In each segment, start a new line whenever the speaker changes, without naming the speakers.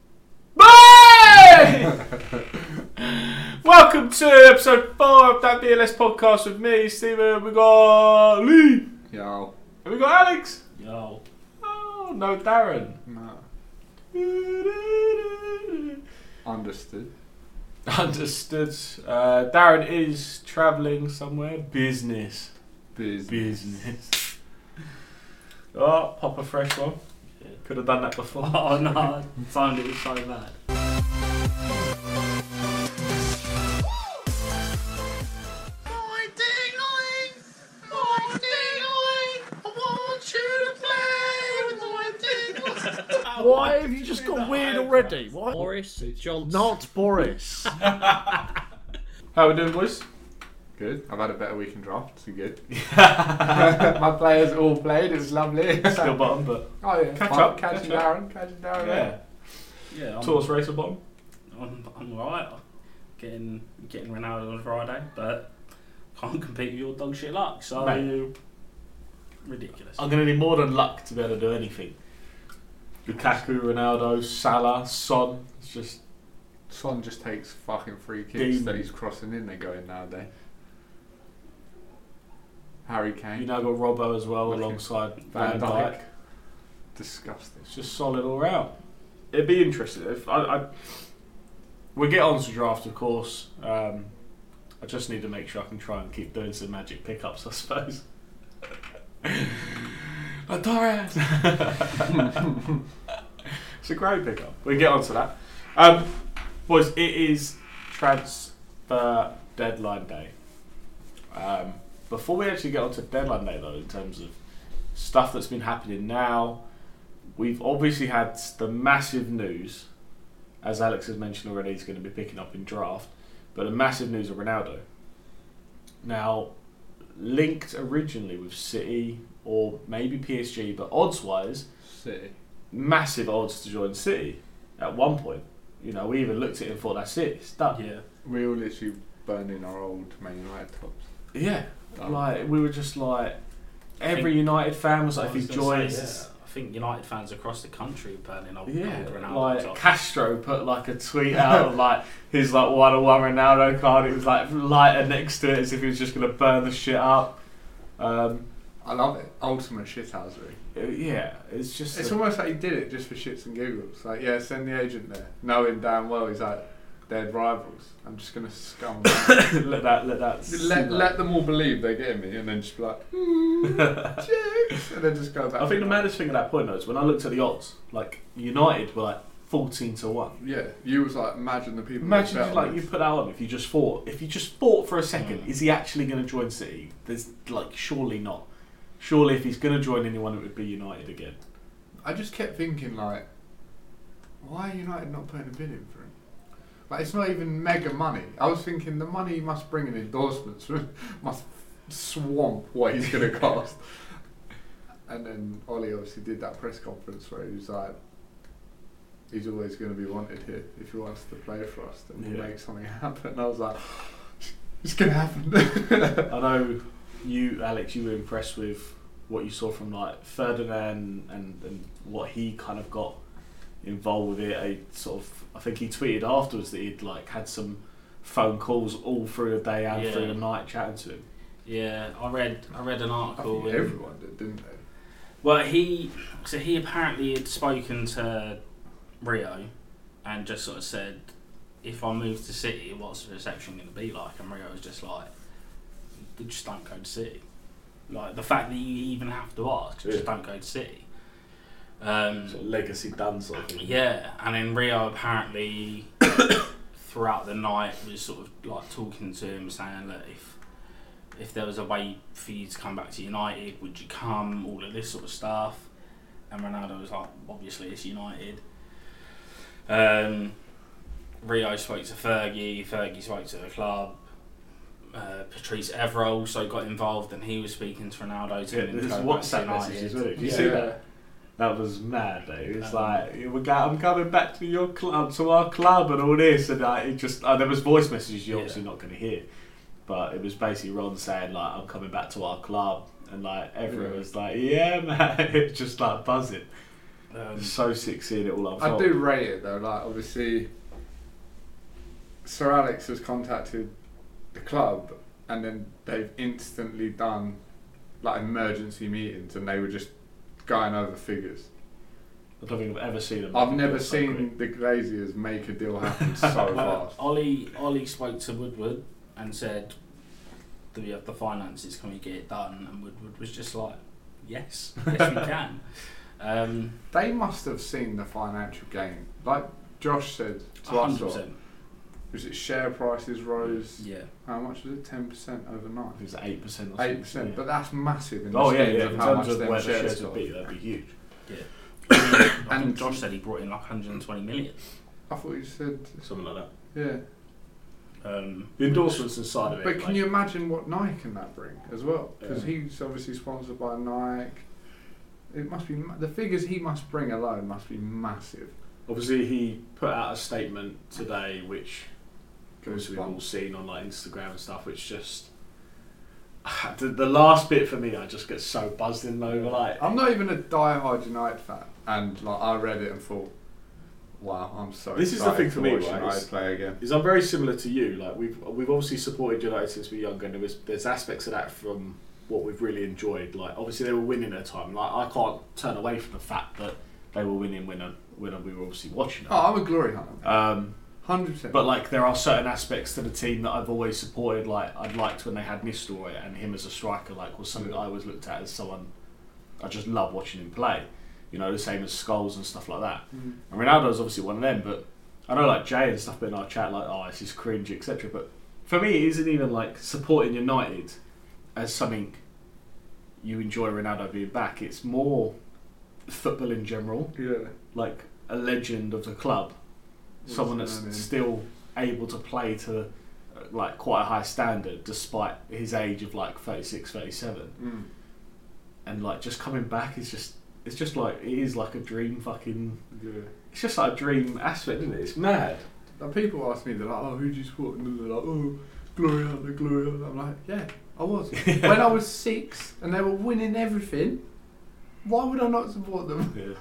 Welcome to episode four of that BLS podcast with me, Steven. We got Lee.
Yo.
And we got Alex.
Yo.
Oh no, Darren.
No. Understood.
Understood. Uh, Darren is travelling somewhere. Business.
Busy.
Business. Oh, pop a fresh one.
Yeah.
Could have done that before.
Oh no, I found it was so bad.
Boy Dingling! Boy Dingling! I want you to play with my Dingling!
Why have you just got weird already? Why?
Boris Johnson.
Not Boris.
How we doing, boys?
Good. I've had a better week in draft, so good. My players all played, it was lovely.
Still bottom, but
oh yeah.
Catch
Fine.
up,
Catching
catch
Darren, catching Darren.
yeah.
Yeah, I'm,
Tortoise racer bottom.
I'm, I'm alright. Getting getting Ronaldo on Friday, but can't compete with your dog shit luck. So ridiculous.
I'm going to need more than luck to be able to do anything. Lukaku, Ronaldo, Salah, Son. It's just
Son just takes fucking free kicks
Demon.
that he's crossing in, they go in nowadays. Harry Kane.
you now got Robbo as well
Looking
alongside
Van
Van
Dijk.
Dijk.
Disgusting.
It's just solid all round. It'd be interesting. If I, I we get on to draft, of course. Um, I just need to make sure I can try and keep doing some magic pickups, I suppose. Oh, Torres! it's a great pickup. We get on to that. Um, boys, it is transfer deadline day. Um, before we actually get on to deadline day, though, in terms of stuff that's been happening now, we've obviously had the massive news, as Alex has mentioned already, he's going to be picking up in draft, but the massive news of Ronaldo. Now, linked originally with City or maybe PSG, but odds wise,
City.
massive odds to join City at one point. You know, we even looked at it and thought, that's it, it's done.
yeah.
We all literally burning our old Man United tops.
Yeah.
Done.
Like, we were just like, every
Think-
United fan was like, if
I
he
was gonna
joins.
say, yeah, I think United fans across the country burning old,
Yeah,
old Ronaldo.
like
top.
Castro put like a tweet out of like his like one on one Ronaldo card. It was like lighter next to it as if he was just gonna burn the shit up. Um,
I love it. Ultimate shithousery.
uh, yeah, it's just
It's
a-
almost like he did it just for shits and giggles. Like, yeah, send the agent there, knowing damn well he's like they're rivals. I'm just gonna scum. them.
let that let that
let
simmer.
let them all believe they're getting me, and then just be like mm, jokes, and then just go back.
I think
to
the maddest thing at that point though is when I looked at the odds, like United were like fourteen to one.
that. Yeah, you was like imagine the people.
Imagine
that
if,
bet
like
on
you
this.
put that on if you just thought if you just thought for a second,
Mm.
is he actually going to join City? There's like surely not. Surely if he's going to join anyone, it would be United again.
I just kept thinking like, why are United not putting a bid in for him? Like, it's not even mega money. I was thinking the money he must bring in endorsements must swamp what he's going to cost. and then Ollie obviously did that press conference where he was like, he's always going to be wanted here if he wants to play for us, and we'll
Yeah.
make something happen. I was like, it's going to happen.
I know you, Alex, you were impressed with what you saw from like Ferdinand and, and what he kind of got involved with it. I sort of, I think he tweeted afterwards that he'd like had some phone calls all through the day and
Yeah.
through the night chatting to him.
yeah, I read I read an
I
article.
think
in-
everyone did, didn't they?
Well, he so he apparently had spoken to Rio and just sort of said, "If I move to City, what's the reception going to be like?" And Rio was just like, "They just don't go to City." Like the fact that you even have to ask,
Yeah.
just don't go to City. Um,
legacy done sort of
yeah, and then Rio apparently throughout the night was sort of like talking to him, saying, "Look, if if there was a way for you to come back to United, would you come?" All of this sort of stuff, and Ronaldo was like, "Obviously, it's United." Um, Rio spoke to Fergie. Fergie spoke to the club. Uh, Patrice Evra also got involved, and he was speaking to Ronaldo to
Yeah,
get him to
there's
go back to
WhatsApp messages,
United.
wasn't it? Did you see that? That was mad, though. It was
Um,
like, "We got- I'm coming back to your club, to our club, and all this. And like, it just, uh, there was voice messages you're
Yeah.
obviously not going to hear. But it was basically Ron saying, like, I'm coming back to our club. And like, everyone
Yeah.
was like, yeah, man. It was just like buzzing.
Um,
so sick seeing it all
I
unfold.
do rate it though. Like obviously, Sir Alex has contacted the club, and then they've instantly done like emergency meetings, and they were just going over figures.
I don't think I've ever seen them.
I've never seen the Glaziers make a deal happen so fast.
Ollie, Ollie spoke to Woodward and said, "Do we have the finances? Can we get it done?" And Woodward was just like, "Yes, yes, we can." Um,
They must have seen the financial gain, like Josh said to us. all.
100%.
Was it share prices rose?
Yeah.
How much was it? Ten percent overnight.
It was eight percent.
Eight percent, but that's massive in the
oh yeah,
scheme
yeah.
of
In
how
terms
much
of
them
where the
shares,
shares would
got.
be, that'd be huge.
I
And-
think Josh said he brought in like 120 million.
I thought you said
Something like that.
yeah.
Um,
The endorsements inside of it.
But can
like-
you imagine what Nike can that bring as well? Because
Yeah.
he's obviously sponsored by Nike. It must be ma- the figures he must bring alone must be massive.
Obviously, he put out a statement today, which
Goes
obviously we've
on.
all seen on like Instagram and stuff, which just the, the last bit for me, I just get so buzzed in over. Like,
I'm not even a diehard United fan, and like I read it and thought, wow, I'm so.
This is the
excited
thing
to
for me,
watch
right,
United
is-
play again.
is I'm very similar to you. Like, we've we've obviously supported United since we were younger, and there was, there's aspects of that from what we've really enjoyed. Like, obviously they were winning at a time. Like, I can't turn away from the fact that they were winning when I, when we were obviously watching it.
Oh, I'm a glory hunter,
Um,
hundred percent.
But like, there are certain aspects to the team that I've always supported. Like, I'd liked when they had Nistelrooy and him as a striker. Like, was something that I always looked at as someone I just love watching him play. You know, the same as Skulls and stuff like that.
Mm.
And Ronaldo's obviously one of them. But I know like Jay and stuff been in our chat like, oh, this is cringe, etc. But for me, it isn't even like supporting United as something you enjoy Ronaldo being back. It's more football in general
yeah,
like a legend of the club,
What's
someone
the
that's
name?
still able to play to uh, like quite a high standard despite his age of like 36, 37.
mm.
and like just coming back is just it's just like it is like a dream fucking
yeah.
it's just like a dream aspect, isn't it? It's mad.
Now, people ask me, they're like, oh, who do you support? And they're like, oh, Gloria, the Gloria. I'm like, yeah, I was. when I was six and they were winning everything, why would I not support them?
Yeah.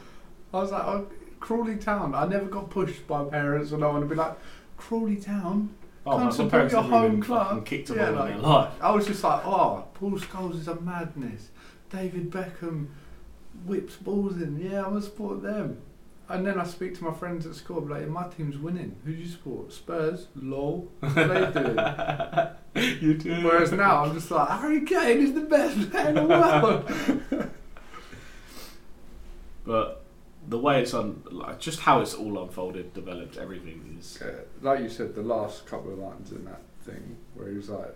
I was like, oh, Crawley Town. I never got pushed by parents and I want to be like, Crawley Town?
Oh,
Can't
my- my
support
parents
your
never even
home club.
fucking kicked a
Yeah,
ball
like-
in their life.
I was just like, oh, Paul Scholes is a madness. David Beckham whips balls in. Yeah, I'm going to support them. And then I speak to my friends at school, I'll be like, my team's winning. Who do you support? Spurs? Lol. What are they doing?
you do.
Whereas now I'm just like Harry Kane is the best player in the world.
but the way it's on, like, just how it's all unfolded, developed, everything is.
Uh, like you said, the last couple of lines in that thing where he was like,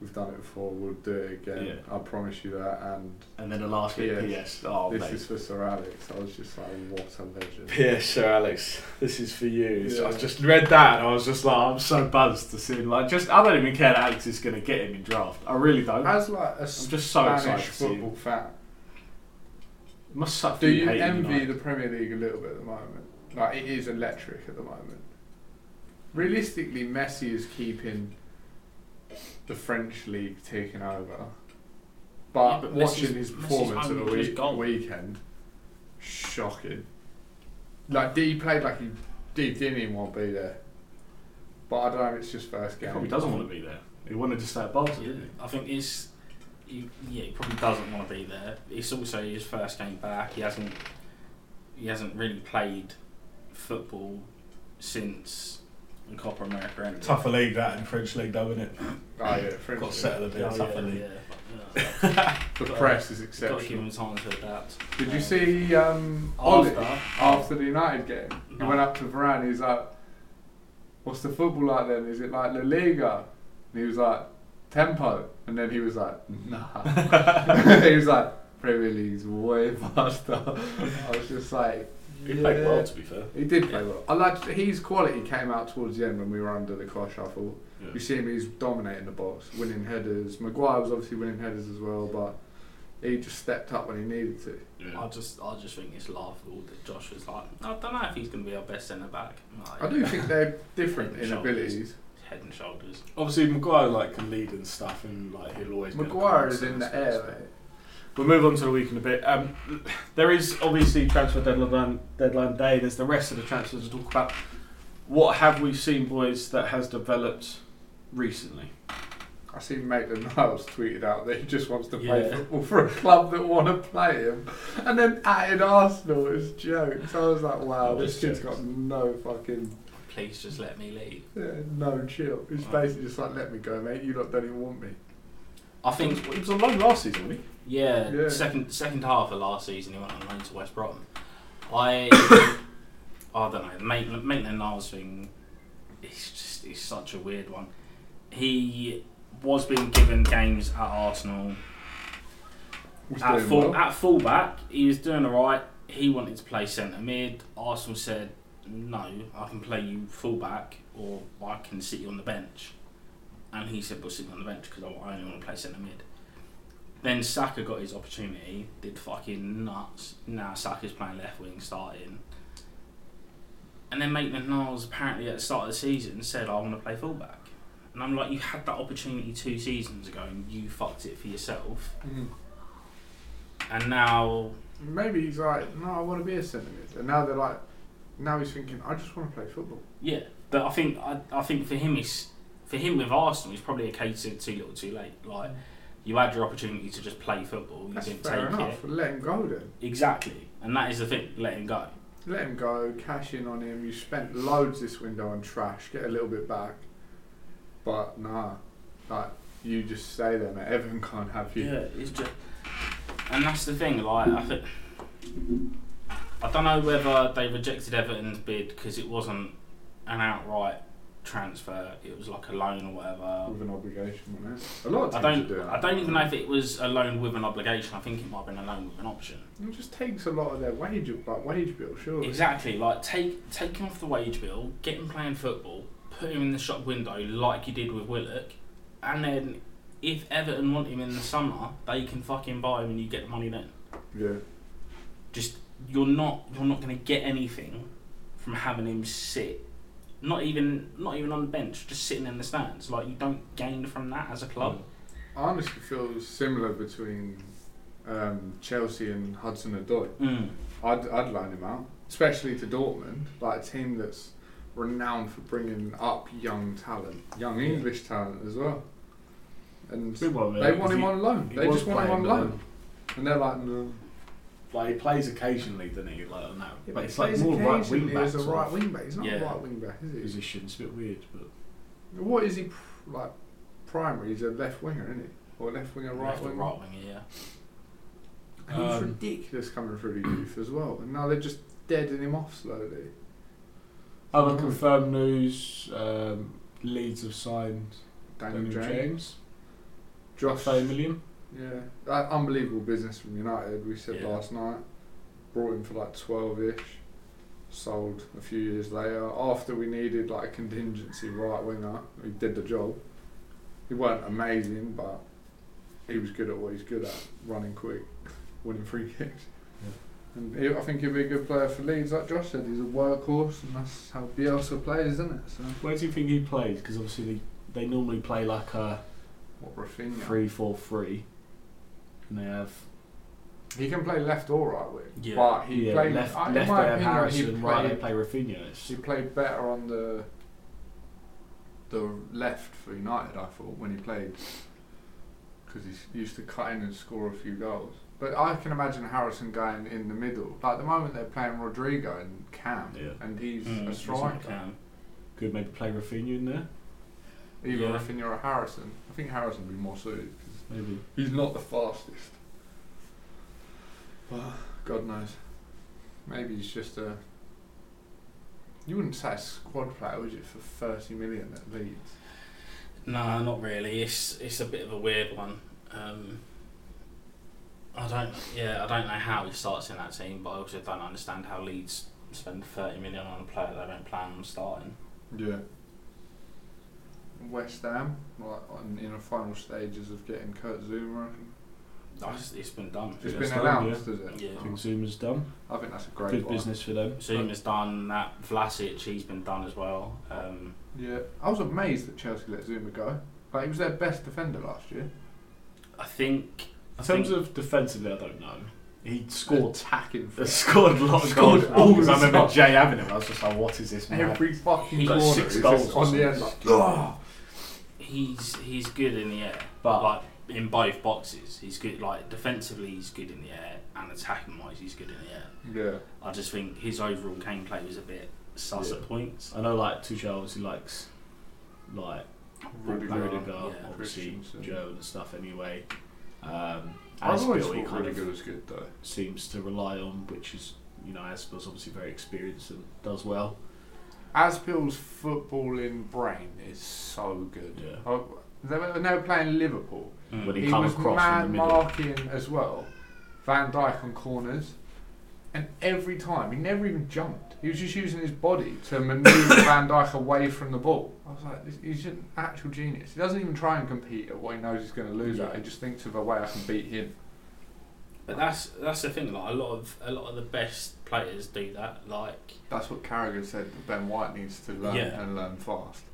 "We've done it before, we'll do it again. I promise you that." And
And then the last bit,
Yes.
PS. Oh,
this
mate.
is for Sir Alex. I was just like, "What a legend!"
Pierce, Sir Alex, this is for you. So I
Yeah.
just read that and I was just like, I'm so buzzed to see him. Like, just I don't even care that Alex is going to get him in draft. I really don't. I'm
As like a
just so
Spanish
excited to see him.
football fan,
Must suck
do
for
you
hating
envy
United.
the Premier League a little bit at the moment? Like it is electric at the moment. Realistically, Messi is keeping the French league taken over. But,
Yeah, but
watching
Messi's-
his
Messi's
performance at the
only just
week,
gone.
weekend, shocking. Like he played like he he didn't even want to be there. But I don't know. It's just first
He
game.
probably doesn't want to be there. He wanted to stay at Barton,
Yeah,
didn't
I think it's. He, yeah, he probably doesn't want to be there. It's also his first game back. He hasn't. He hasn't really played football since the Copa America ended.
Tougher league that in French league though, isn't it?
Oh yeah, French.
Got to settle a bit.
Yeah,
Oh,
tougher
yeah,
league.
yeah.
The press is
You've Got to give
exceptional.
him time to adapt.
Did you
Um,
see um, Ollie?
After,
after the United game. He
No.
went up to Varane. He's like, "What's the football like then? Is it like La Liga?" And he was like, "Tempo." And then he was like, "Nah." he was like, "Premier League's way faster." I was just like,
he? He played well,
"Yeah."
to be fair.
He did play well. I liked his quality came out towards the end when we were under the cosh. I thought
Yeah.
you see him; he's dominating the box, winning headers. Maguire was obviously winning headers as well, but he just stepped up when he needed to.
I just, I just think it's laughable that Josh was like, I don't know if he's going to be our best centre back. Like,
I do think they're different in
Shoulders.
abilities.
Head and shoulders.
Obviously, Maguire like can lead and stuff, and like he'll always. be a
Maguire
constant
is in the
source,
air,
so.
mate.
We'll move on to the week in a bit. Um, there is obviously transfer deadline deadline day. There's the rest of the transfers to talk about. what have we seen, boys, that has developed recently?
I seen Maitland Niles tweeted out that he just wants to play
Yeah.
football for a club that want to play him, and then at Arsenal is jokes. I was like, wow, this
Just
kid's
jokes.
got no fucking
Please just let me leave.
yeah, no chill. He's basically just like, let me go, mate. You lot don't even want me.
I
I think
think,
it was- it was a long last season, wasn't it?
yeah,
Yeah.
second second half of last season, he went on loan to West Brom. I, I don't know. The Maitland, Maitland Niles thing, it's just it's such a weird one. He was being given games at Arsenal
Was
At
doing
full
well.
at fullback, he was doing alright. He wanted to play centre mid. Arsenal said, "No, I can play you fullback, or I can sit you on the bench." And he said, "We'll sit you on the bench because I I only want to play centre mid." Then Saka got his opportunity. Did fucking nuts. Now Saka's playing left wing, starting. And then Maitland Niles apparently at the start of the season said, "I want to play fullback," and I'm like, "You had that opportunity two seasons ago, and you fucked it for yourself."
Mm.
And now,
Maybe he's like, no, I want to be a centre mid, and now they're like, now he's thinking, I just want to play football.
yeah, but I think I, I think for him it's for him with Arsenal, it's probably a case of too little, too late. Like you had your opportunity to just play football, you
That's
didn't
fair
take
enough. Let him go then.
it exactly, and that is the thing. Let him go.
Let him go, cash in on him. You spent loads this window on trash, get a little bit back. But nah, like you just stay there, mate. Everyone can't have you.
Yeah, it's just, and that's the thing. Like I think I don't know whether they rejected Everton's bid because it wasn't an outright transfer; it was like a loan or whatever.
With an obligation on it. A lot of
I
teams
don't.
do that.
I don't even know if it was a loan with an obligation. I think it might have been a loan with an option.
It just takes a lot of their wage, like wage bill, surely.
Exactly, like take take him off the wage bill, get him playing football, put him in the shop window like you did with Willock, and then if Everton want him in the summer, they can fucking buy him and you get the money then.
Yeah.
Just you're not you're not gonna get anything from having him sit not even not even on the bench, just sitting in the stands. Like you don't gain from that as a club.
I honestly feel similar between um, Chelsea and Hudson Odoi.
Mm.
I'd, I'd line him out, especially to Dortmund, like a team that's renowned for bringing up young talent, young English talent as well. And
Big one, really,
they want
'cause
him
he-
on loan.
he
They
was
just want him
playing,
on
but
loan. And they're like, no.
Like he plays occasionally, doesn't he? Like on that.
Yeah,
but it's
he
like
plays
more right
occasionally
wing back.
as a
sort
right
of
wing back. He's not
Yeah.
a right wing back, is he?
Position. It's a bit weird, but
What is he pr- like? Primary, he's a left winger, isn't he? Or left winger, right
Left or
winger.
right wing, yeah.
And he's
Um,
ridiculous coming through the youth as well. And now they're just deading him off slowly.
other confirmed news: um, Leeds have signed
Daniel,
Daniel
James.
James,
Josh
five million.
Yeah, that unbelievable business from United. We said
Yeah.
last night, brought him for like twelve ish, sold a few years later. After we needed like a contingency right winger, he did the job. He weren't amazing, but he was good at what he's good at: running quick, winning free kicks. And he, I think he'll be a good player for Leeds. Like Josh said, he's a workhorse, and that's how Bielsa plays, isn't it? So
Where do you think he plays? Because obviously they, they normally play like a
what Rafinha?
three-four-three, and they have
He can play left or right wing,
Yeah.
but he
yeah,
played
left
I- in
left
my
they have
opinion, he
Harrison, right they
played-
play Rafinha. It's-
He played better on the the left for United, I thought, when he played, because he used to cut in and score a few goals. But I can imagine Harrison going in the middle. Like at the moment, they're playing Rodrigo and Cam,
Yeah.
and he's
Mm,
a
it's not
striker.
Cam.
Could maybe play Rafinha in there,
Either
Yeah.
Rafinha or Harrison. I think Harrison would be more suited. 'cause
maybe.
he's not the fastest. But God knows. Maybe he's just a. You wouldn't say a squad player, would you, for 30 million at Leeds?
No, not really. It's it's a bit of a weird one. Um, I don't. Yeah, I don't know how he starts in that team, but I also don't understand how Leeds spend thirty million on a player they don't plan on starting.
Yeah. West Ham, like on, in the final stages of getting Kurt Zuma. I think.
That's, it's been done.
It's
Yeah,
been
West Ham,
announced, is it?
Yeah.
I think Zuma's done.
I think that's a great
Good
one.
business for them.
Zuma's done that. Vlasic, he's been done as well. Um,
Yeah, I was amazed that Chelsea let Zuma go. Like he was their best defender last year.
I think. I
In terms
think,
of defensively, I don't know. he scored.
attacking
uh, Scored a lot of
Scored
goals.
all
Because I
the
remember
time.
Jay having him. I was just like, "What is this?" man?
every fucking
He got
corner.
six
He's
goals
just
or
on the end. Like,
something.
"Ugh."
He's he's good in the air,
But-
like in both boxes, he's good. Like defensively, he's good in the air, and attacking wise, he's good in the air.
yeah,
I just think his overall gameplay was a bit sus
Yeah.
at points.
I know, like Tuchel obviously likes, like
Rudiger,
Rudiger,
yeah,
obviously
Christensen.
Joe and stuff. Anyway, um,
I've always
Aspil he
thought
kind
Rudiger
of
was good though.
seems to rely on, which is you know Aspil's obviously very experienced and does well.
Aspil's footballing brain is so good.
Yeah.
Oh, they, were, they were playing Liverpool.
When he,
He
come
was
across
man
in the middle,
marking as well, Van Dyke on corners, and every time he never even jumped. He was just using his body to manoeuvre Van Dyke away from the ball. I was like, this- he's an actual genius. He doesn't even try and compete at what he knows he's going to lose at. He just thinks of a way I can beat him.
But that's that's the thing. Like a lot of a lot of the best players do that. Like
That's what Carragher said. That ben White needs to learn
Yeah.
and learn fast.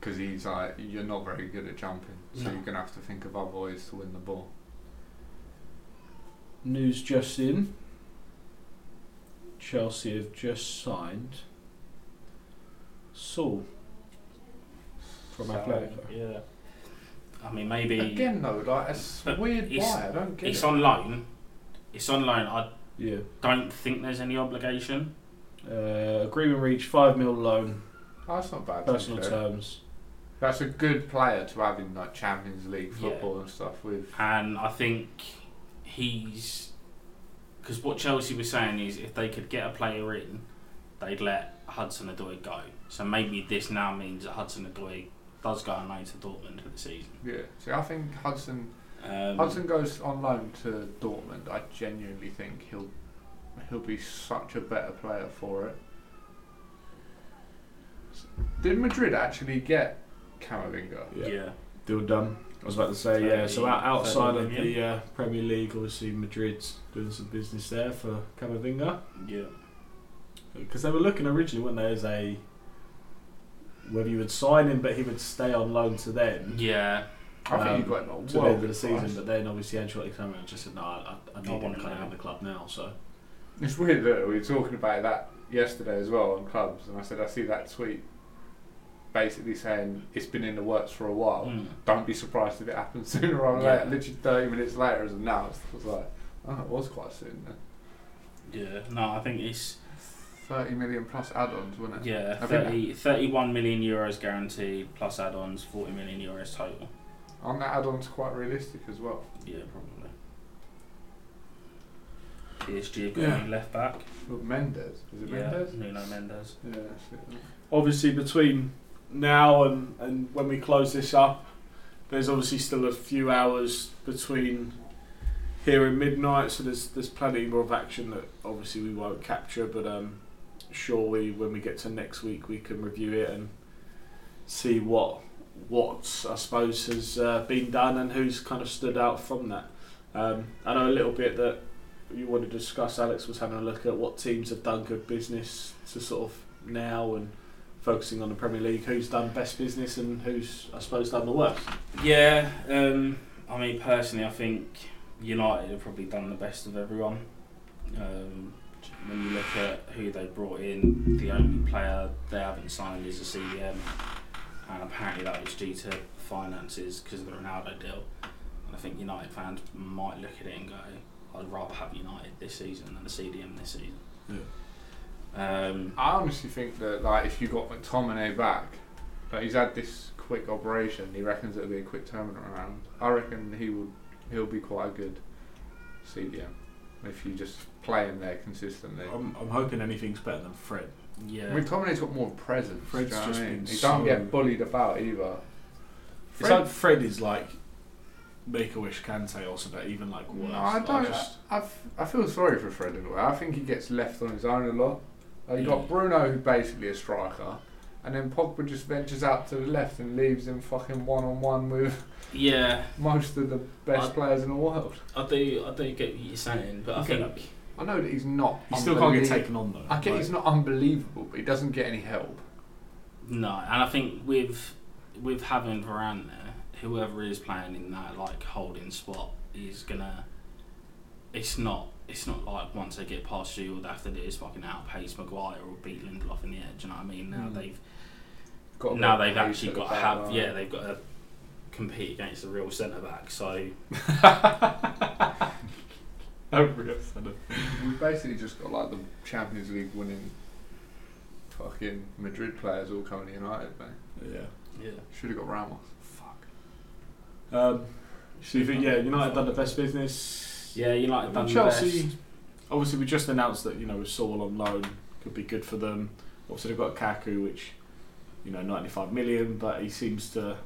Because he's like, you're not very good at jumping, so
No.
you're going to have to think of other ways to win the ball.
News just in. Chelsea have just signed Saul from
So,
Atletico.
yeah,
I mean, maybe
Again, though, like, it's
But
weird
it's-
why. I don't get
it's
it.
on loan. It's on loan. I
Yeah.
don't think there's any obligation.
Uh, agreement reached, 5 mil loan,
Oh, that's not bad. to be
personal
fair.
terms.
That's a good player to have in like Champions League football and stuff with.
And I think he's because what Chelsea was saying is if they could get a player in, they'd let Hudson Odoi go. So maybe this now means that Hudson Odoi does go on loan to Dortmund for the season.
Yeah. See, I think Hudson
Um,
Hudson goes on loan to Dortmund. I genuinely think he'll he'll be such a better player for it. S- Did Madrid actually get Camavinga?
yeah.
yeah.
Deal done. I was about to say, yeah. So out, outside of the uh, Premier League, obviously Madrid's doing some business there for Camavinga.
Yeah.
Because they were looking originally, weren't they, as a whether you would sign him, but he would stay on loan to them
Yeah.
I think
Um,
he got like
to the end
world
of the season.
price.
But then obviously Ancelotti came around and just said, "No, I, I, I need
I
him
want
to
him
come out
now."
of the club now." So
It's weird that we were talking about that yesterday as well on clubs, and I said I see that tweet basically saying it's been in the works for a while.
Mm.
don't be surprised if it happens sooner rather than
Yeah.
later. Literally 30 minutes later is announced. I was like, oh, it was quite soon. then.
Yeah. No, I think it's
30 million plus add-ons, wasn't it?
yeah
I think-
30, 31 million euros guaranteed plus add-ons, 40 million euros total.
Aren't the add-ons quite realistic as well?
Yeah, probably. PSG have got
Yeah.
a new left back.
Look, Mendes. Is it
yeah,
Mendes?
Nuno Mendes.
Yeah, that's it.
obviously between now and, and when we close this up, there's obviously still a few hours between here and midnight, so there's there's plenty more of action that obviously we won't capture, but um, sure we when we get to next week we can review it and see what what I suppose has uh, been done and who's kind of stood out from that. Um, I know a little bit that you want to discuss. Alex was having a look at what teams have done good business to sort of now and focusing on the Premier League, who's done best business and who's, I suppose, done the worst.
Yeah, um, I mean personally, I think United have probably done the best of everyone. Um, when you look at who they brought in, the only player they haven't signed is a CDM, and apparently that was due to finances because of the Ronaldo deal. And I think United fans might look at it and go, "I'd rather have United this season than a CDM this season." Yeah. Um,
I honestly think that like if you got McTominay back, like he's had this quick operation, he reckons it'll be a quick turnaround. I reckon he would he'll be quite a good CDM if you just play him there consistently.
I'm, I'm hoping anything's better than Fred.
yeah.
McTominay's got more presence.
Fred's
do you know
just
what I mean?
been
He
so-
doesn't get bullied about either.
It's like Fred is like Make a Wish Kante or something, even like worse.
No, I
Like,
don't.
just-
I, I f- I feel sorry for Fred in a way. I think he gets left on his own a lot. Like you
Yeah.
got Bruno, who's basically a striker, and then Pogba just ventures out to the left and leaves him fucking one on one with
Yeah,
most of the best
I-
players in the world.
I do. I do get what you're saying, but I
Okay.
think
I know that he's not.
he still can't get
unbelie-
taken on though.
I get
Like,
he's not unbelievable, but he doesn't get any help.
no, and I think with with having Varane there, whoever is playing in that like holding spot is gonna it's not it's not like once they get past you, all they have to do is fucking outpace Maguire or beat Lindelof in the edge. You know what I mean? Now
Mm.
they've
Got
now
a
they've
pace
actually
at the
got to
back
have
line.
yeah they've got to compete against the real centre back. So
A real centre.
We've basically just got like the Champions League winning fucking Madrid players all coming to United, mate.
Yeah.
yeah,
Should have got Ramos.
fuck
Um, so you think, yeah, United done the best business.
yeah.
I
United
mean,
done the
Chelsea.
best.
Obviously, we just announced that you know Saul on loan could be good for them. Obviously, they've got Kaku, which you know 95 million, but he seems to.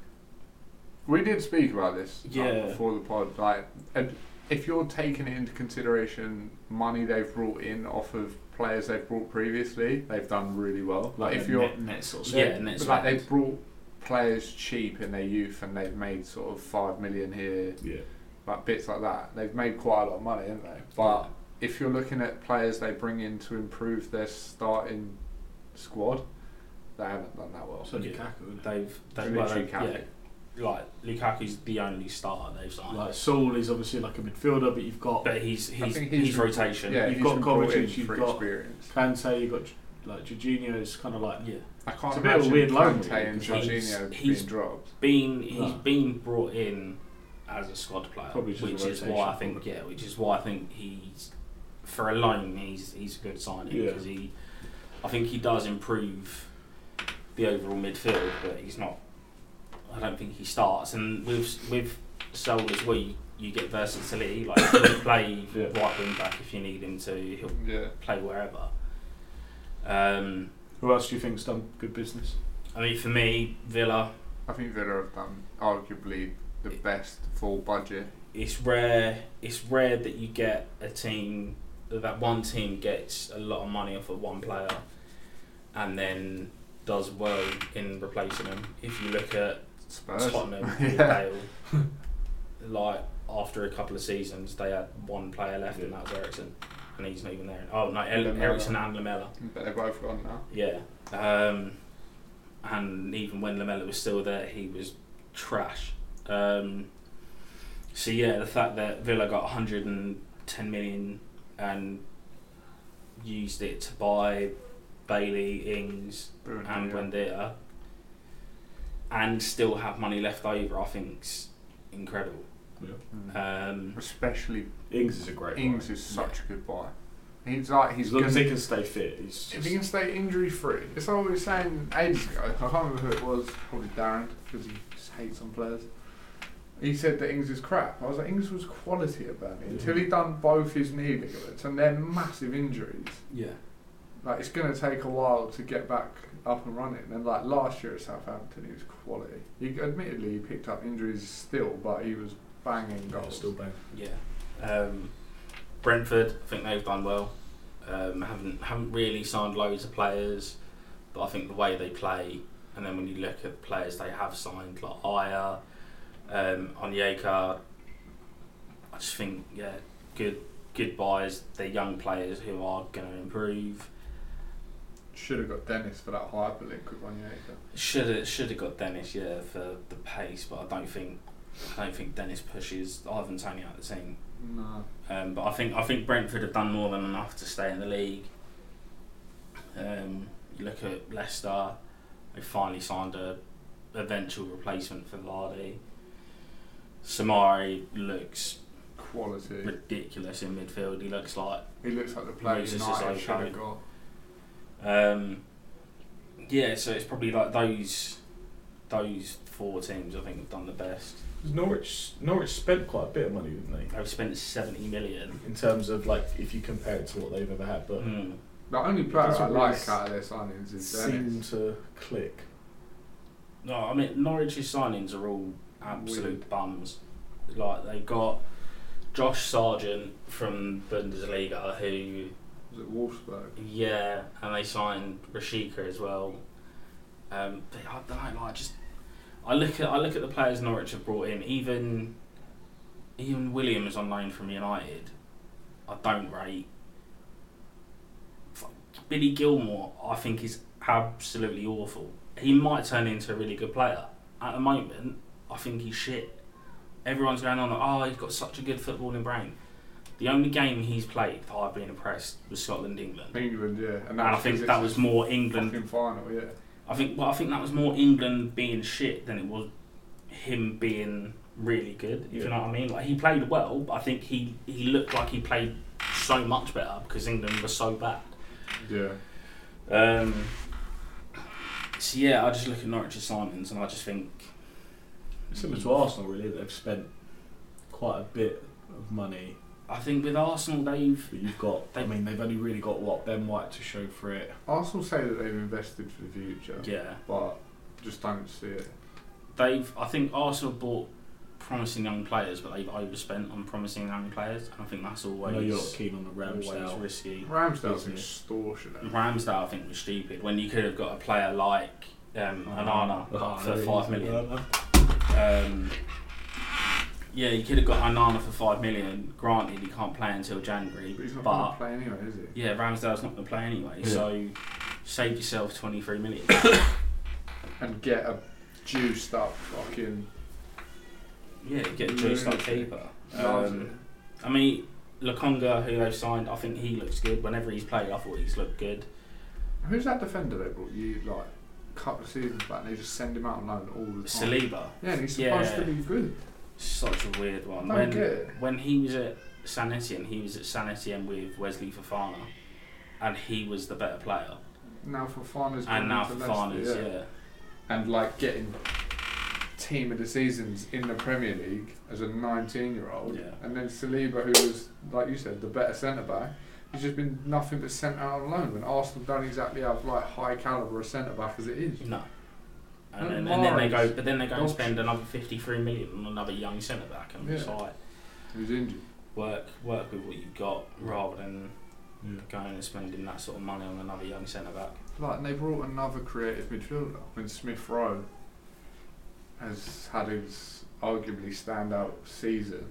We did speak about this like,
Yeah.
before the pod. Like, and if you're taking into consideration money they've brought in off of players they've brought previously, they've done really well. Like, if
the
you're
net, net sort of
Yeah,
thing.
and it's
but, like they've brought players cheap in their youth and they've made sort of five million here,
yeah.
like bits like that. They've made quite a lot of money, haven't they? But if you're looking at players they bring in to improve their starting squad, they haven't done that well.
So did
Yeah.
Kaku. Isn't it?
they've they've well,
Literally
they've yeah,
Kaku.
like Lukaku's the only starter they've signed.
Like Saul is obviously like a midfielder, but you've got
but he's
I
he's,
think
he's,
he's-
rotation.
Yeah,
You've
he's
got
been brought
Kovacic,
in
you've
for
got-
experience.
Kante, you've got like Jorginho is kind of like
yeah.
I can't
It's a bit of a
imagine
weird loan,
Kante
really,
and
because he's-
Jorginho
he's-
being dropped.
been he's
No.
been brought in as a squad player,
Probably just a
which is
rotation,
why I think
probably.
yeah, which is why I think he's for a loan he's he's a good signing
Yeah.
because he, I think he does improve the overall midfield, but he's not. I don't think he starts, and with with Sol as well, you, you get versatility. Like he can play
Yeah.
right wing back if you need him to. He'll
Yeah.
play wherever. Um,
who else do you think's done good business?
I mean, for me, Villa.
I think Villa have done arguably the best full budget.
it's rare it's rare that you get a team that one team gets a lot of money off of one player and then does well in replacing them. If you look at
Spurs.
Tottenham with
Oh, yeah.
Bale, like after a couple of seasons they had one player left and that was Ericsson and he's not even there. Oh no, El-
Lamella.
Ericsson and Lamella.
But they're both gone now.
Yeah. Um, and even when Lamella was still there, he was trash. Um, so yeah, the fact that Villa got 110 million and used it to buy Bailey, Ings,
Bruno,
and
yeah.
Wendita, and still have money left over, I think's incredible.
Mm.
Um,
Especially
Ings is a great.
Ings is such a good buy. He's like he's
As long
gonna,
as he can stay fit, he's
if he can stay injury free. It's like we were saying ages ago. I can't remember who it was. Probably Darren because he just hates on players. He said that Ings is crap. I was like Ings was quality at Burnley until he done both his knee ligaments and they're massive injuries.
yeah.
Like it's gonna take a while to get back up and running. And like last year at Southampton, he was quality. He admittedly he picked up injuries still, but he was banging goals.
bang.
Yeah. Um, Brentford, I think they've done well. Um, haven't haven't really signed loads of players, but I think the way they play, and then when you look at the players they have signed, like Aya, um, Onyeka, I just think yeah, good good buys. They're young players who are going to improve.
Should have got Dennis for that hyperlink with Onyeka.
Should have should have got Dennis yeah for the pace, but I don't think I don't think Dennis pushes Ivan Tony out of the team.
No.
Um, but I think I think Brentford have done more than enough to stay in the league. Um, you look at Leicester; they finally signed a eventual replacement for Vardy. Samari looks
Quality.
ridiculous in midfield. He looks like
He looks like the player
Moses is
United should
okay.
have got.
Um, yeah, so it's probably like those those four teams I think have done the best.
Norwich Norwich spent quite a bit of money, didn't they?
They've spent seventy million.
In terms of like if you compare it to what they've ever had, but
Mm.
The only player
That's
I
what
like
is-
out of their signings
it
is
seemed
Dennis.
to click.
No, I mean Norwich's signings are all absolute bums. Like they got Josh Sargent from Bundesliga, who
Was it Wolfsburg?
yeah, and they signed Rashika as well. Um, but I don't know. I just I look at I look at the players Norwich have brought in. Even even Williams on loan from United, I don't rate. F- Billy Gilmore, I think is absolutely awful. He might turn into a really good player. At the moment, I think he's shit. Everyone's going on, oh, he's got such a good footballing brain. The only game he's played that I've been impressed was Scotland England,
England, yeah.
and I think that was more England.
fucking final, yeah.
I think, well, I think that was more England being shit than it was him being really good. If you know what I mean, like he played well, but I think he he looked like he played so much better because England was so bad.
Yeah.
Um, so yeah, I just look at Norwich's signings and I just think
Similar to Arsenal, really, they've spent quite a bit of money,
I think with Arsenal they've
but you've got. I mean, they've only really got what Ben White to show for it.
Arsenal say that they've invested for the future,
yeah
but just don't see it.
they've I think Arsenal bought promising young players, but they've overspent on promising young players, and I think that's
I know you're not
always
keen on the
always
Ramsdale.
risky.
Ramsdale's
Isn't it?
extortionate.
Mm-hmm. Ramsdale I think was stupid when you could have got a player like um, Anana
oh,
for five million. Um, yeah, you could have got Anana for five million. Granted, he can't play until January,
But he's not
but
going to play anyway, is he?
yeah, Ramsdale's not going to play anyway.
Yeah.
So save yourself twenty three million.
And get a juiced up fucking.
yeah, get a juiced up keeper.
Ramsey.
Um, I mean, Lakonga, who they've signed, I think he looks good. Whenever he's played, I thought he's looked good.
Who's that defender they brought you like a couple of seasons back? and They just send him out on loan all the time.
Saliba,
Yeah, and he's supposed
Yeah.
to be good.
such a weird one.
Don't
when,
get it.
when he was at San Etienne, he was at San Etienne with Wesley Fofana, and he was the better player.
Now Fafana's gone
and now
to
Fofana's,
Leicester,
yeah.
And like getting team of the seasons in the Premier League as a 19 year old,
Yeah.
and then Saliba, who was like you said, the better centre back. He's just been nothing but sent out on loan when Arsenal don't exactly have like high caliber a centre back as it is.
No. And,
And
then, and then they
Mahrez.
go, but then they go and
Dodge.
spend another fifty-three million on another young centre back, and it's
Yeah.
like
He was injured.
work work with what you've got rather than
Yeah.
going and spending that sort of money on another young centre back.
Like, and they brought another creative midfielder. When Smith Rowe has had his arguably standout season,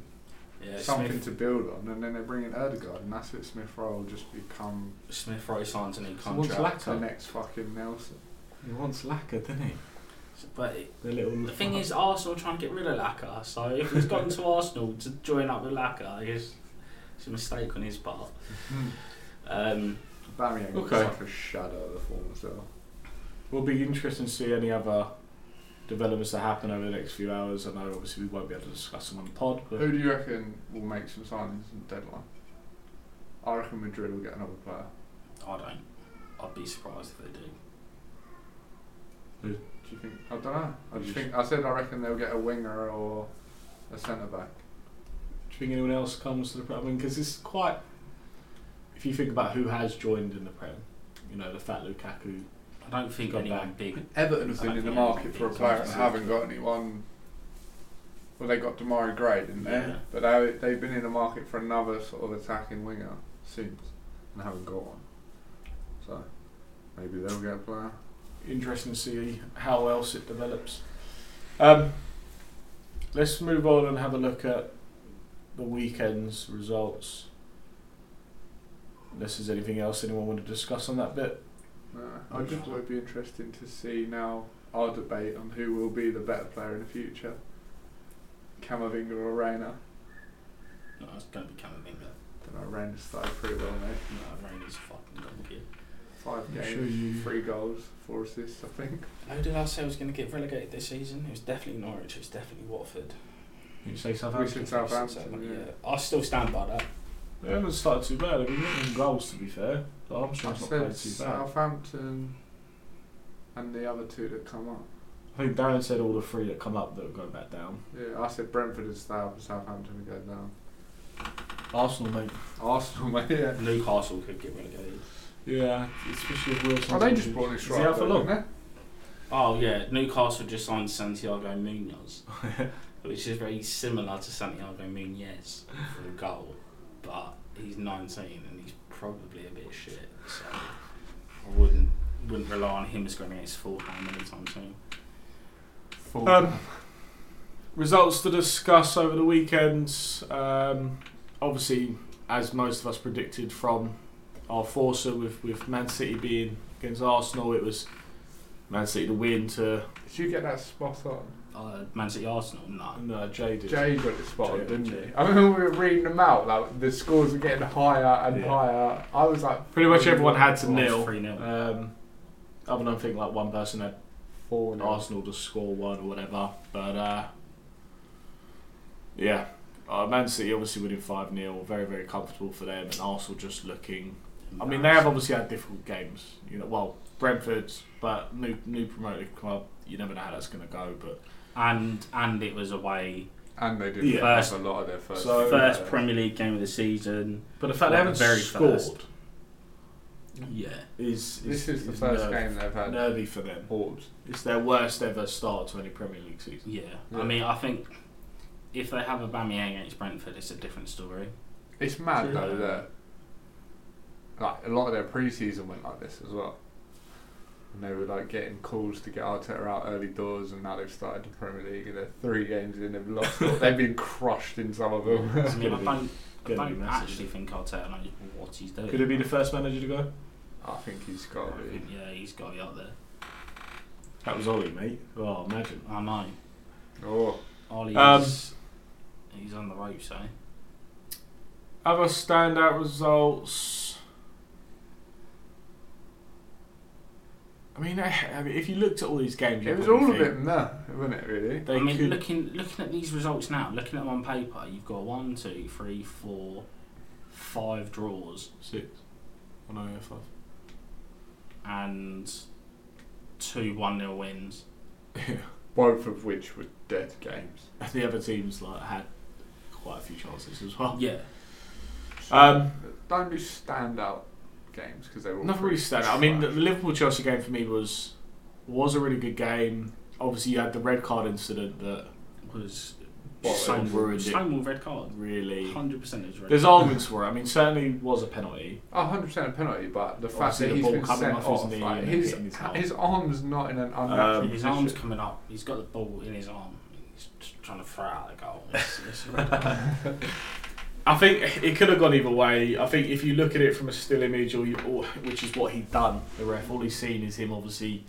Yeah,
something
Smith,
to build on, and then they bring in Erdegaard, and that's it. Smith Rowe will just become
Smith Rowe signs a new
So what's
contract.
the
Lacazette?
next fucking Nelson.
He wants Lacquer, didn't he?
But it,
The little.
the thing is, Arsenal are trying to get rid of Laka, so if he's gone to Arsenal to join up with Laka, it's, it's a mistake on his part. um,
Bamian looks
Okay.
like a shadow of the former self.
Will be interesting to see any other developments that happen over the next few hours. I know obviously we won't be able to discuss them on the pod, but
Who do you reckon will make some signings in the deadline? I reckon Madrid will get another player.
I don't. I'd be surprised if they do.
Do you think? I don't know. I just
Yes.
think I said I reckon they'll get a winger or a centre back.
do you think anyone else comes to the Prem? I mean, because it's quite. If you think about who has joined in the Prem, you know the fat Lukaku.
I don't think
Got
anyone
back.
big.
Everton have
I don't
been in the
think
market
anyone
for a
thinks
player and
that's
haven't got anyone. Well, they got Damari Gray, didn't they?
Yeah.
But they, they've been in the market for another sort of attacking winger since and haven't got one. So maybe they'll get a player.
Interesting to see how else it develops. Um, let's move on and have a look at the weekend's results. Unless there's anything else anyone want to discuss on that bit.
No, I just thought it'd be interesting to see now our debate on who will be the better player in the future Camavinga or Reina.
No, it's going to be Camavinga.
don't know, Reina started pretty well, mate.
No, Rainey's a fucking donkey.
Five
I'm sure
games,
you-
three goals, four assists, I think.
Who did I say was going to get relegated this season? It was definitely Norwich. It was definitely Watford.
You say
We
Southampton?
should Southampton, yeah.
I still stand by that.
They haven't started too bad. I mean, not in goals, to be fair. But
I
Armstrong's not
said
played too bad.
Southampton and the other two that come up.
I think Darren said all the three that come up that will go back down.
Yeah, I said Brentford and stay up and Southampton would go down.
Arsenal, mate.
Arsenal, mate. Yeah.
Newcastle could get relegated.
Yeah, especially if Wilson.
Oh, they just brought this
Is
right.
he out for long?
Oh yeah, Newcastle just signed Santiago Munoz,
Oh,
which is very similar to Santiago Munoz for a goal, but he's 19 and he's probably a bit shit. So I wouldn't wouldn't rely on him as going against Fulham anytime soon.
Um, results to discuss over the weekend. Um, obviously, as most of us predicted from our foursome with, with Man City being against Arsenal, it was Man City to win to
Did you get that spot on?
uh, Man City Arsenal? No.
No, Jay did.
Jay got it spotted,
Jay-
didn't
Jay.
he? I remember we were reading them out, like the scores were getting higher and
Yeah.
higher. I was like,
Pretty much everyone had to
Well, it's
nil.
3-0.
Um, other than I think like one person had
four nil.
Arsenal to score one or whatever. But uh, yeah, uh, Man City obviously winning 5 0, very, very comfortable for them. And Arsenal just looking. I mean, they have obviously had difficult games. You know, well, Brentford's, but new new promoted club. You never know how that's going to go. But
and and it was away
And they did
Yeah.
have
First-
a lot of their first.
So-
first
Yeah.
Premier League game of the season.
but the fact they
Like,
haven't
very
scored
fast. Yeah,
is, is
This is the first game they've had.
nervy for them.
Forbes.
It's their worst ever start to any Premier League season.
yeah.
Yeah.
I mean, I think if they have a Bamiang against Brentford, it's a different story.
It's mad
True.
though that like a lot of their pre-season went like this as well. And they were like getting calls to get Arteta out early doors, and now they've started the Premier League and they're three games in, they've lost. all- they've been crushed in some of them.
I mean, I don't, I
gonna be
don't
massive.
actually think Arteta knows what he's doing.
Could it be the first manager to go?
I think he's got.
I think, yeah, he's got to be up there.
That was Ollie, mate. Oh, imagine.
I know.
Oh,
Ollie's
Um,
he's on the ropes, eh?
Other standout results. I mean, I, I mean, if you looked at all these games,
it
you
was
wouldn't
all a
think
bit meh, wasn't it? Really.
They
I mean,
could,
looking looking at these results now, looking at them on paper, you've got one, two, three, four, five draws
six. Oh, no, yeah, five.
and two one 0 wins.
Both of which were dead games.
The other teams like had quite a few chances as well.
Yeah,
Um,
Don't do standout games because they were all
Nothing really
pretty
stand out. I mean, the
trash.
Liverpool Chelsea game for me was was a really good game. Obviously, you had the red card incident that
was
Well,
Stonewall-
it ruined it.
Stonewall red card,
really.
hundred percent is red.
There's
card.
arguments for it. I mean, certainly was a penalty.
A hundred percent a penalty, but the fact
Obviously
that
the
he's
ball
been
coming
sent
off
off,
his knee
like,
and
his
hitting his arm.
his arm's not in an unnatural
Um,
position.
his arm's coming up. He's got the ball in his arm. He's t- trying to throw out the goal. It's, it's a red card.
I think it could have gone either way. I think if you look at it from a still image, or, you, or which is what he'd done, the ref, all he's seen is him obviously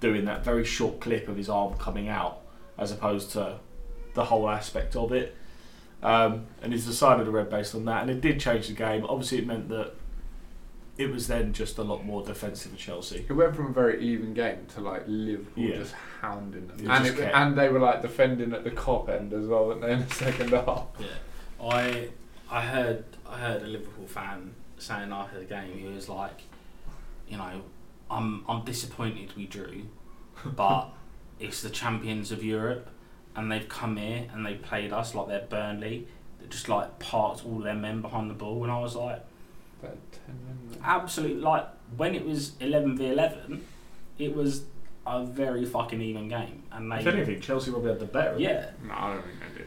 doing that very short clip of his arm coming out, as opposed to the whole aspect of it. Um, and he's decided a red based on that, and it did change the game. Obviously, it meant that it was then just a lot more defensive for Chelsea.
It went from a very even game to like Liverpool
Yeah.
just hounding them,
It
and
just
it,
kept-
and they were like defending at the cop end as well, weren't they, in the second half?
Yeah, I I heard I heard a Liverpool fan saying after the game he was like, you know, I'm I'm disappointed we drew, but it's the champions of Europe, and they've come here and they played us like they're Burnley. They just like parked all their men behind the ball, and I was like,
About ten minutes.
absolutely like when it was eleven v eleven, it was a very fucking even game, and
If
they
anything, Chelsea probably had the better.
yeah.
No, I don't think they did.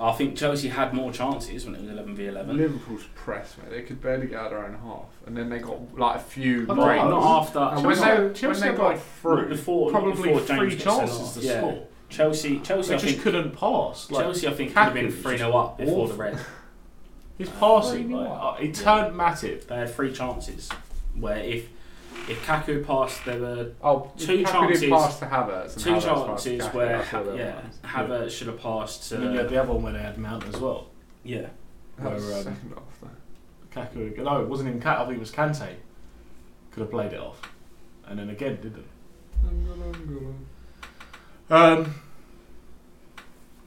I think Chelsea had more chances when it was 11 v 11.
Liverpool's press, mate. They could barely get out of their own half, and then they got like a few
Not-
breaks.
Right.
Oh, Not after.
And when
Chelsea-
they, when
Chelsea
they
got
got
Not
through,
before, not
probably
before James
three
got sent
chances
off.
to
yeah.
score.
Chelsea, Chelsea,
They
I
just
think,
couldn't pass. Like,
Chelsea, I think could have
Kaku
been
was
3
just
0 up before
awful.
the red.
His
Uh,
passing,
Well,
like,
you know
uh, he
Yeah.
turned Matip.
They had three chances where if if Kaku passed, there were
oh, Kaku
Two
did
chances-
pass to Havertz. and
two
Havertz passed to
chances
Kaku.
where
That's all
ha-
that
yeah,
was.
Havertz should have passed
and then you had
to.
the other one where they had Mount as well.
Yeah.
That was
where, um,
second half, though.
Kaku, no, it wasn't even Kat. I think it was Kante. Could have played it off, and then again didn't. Um,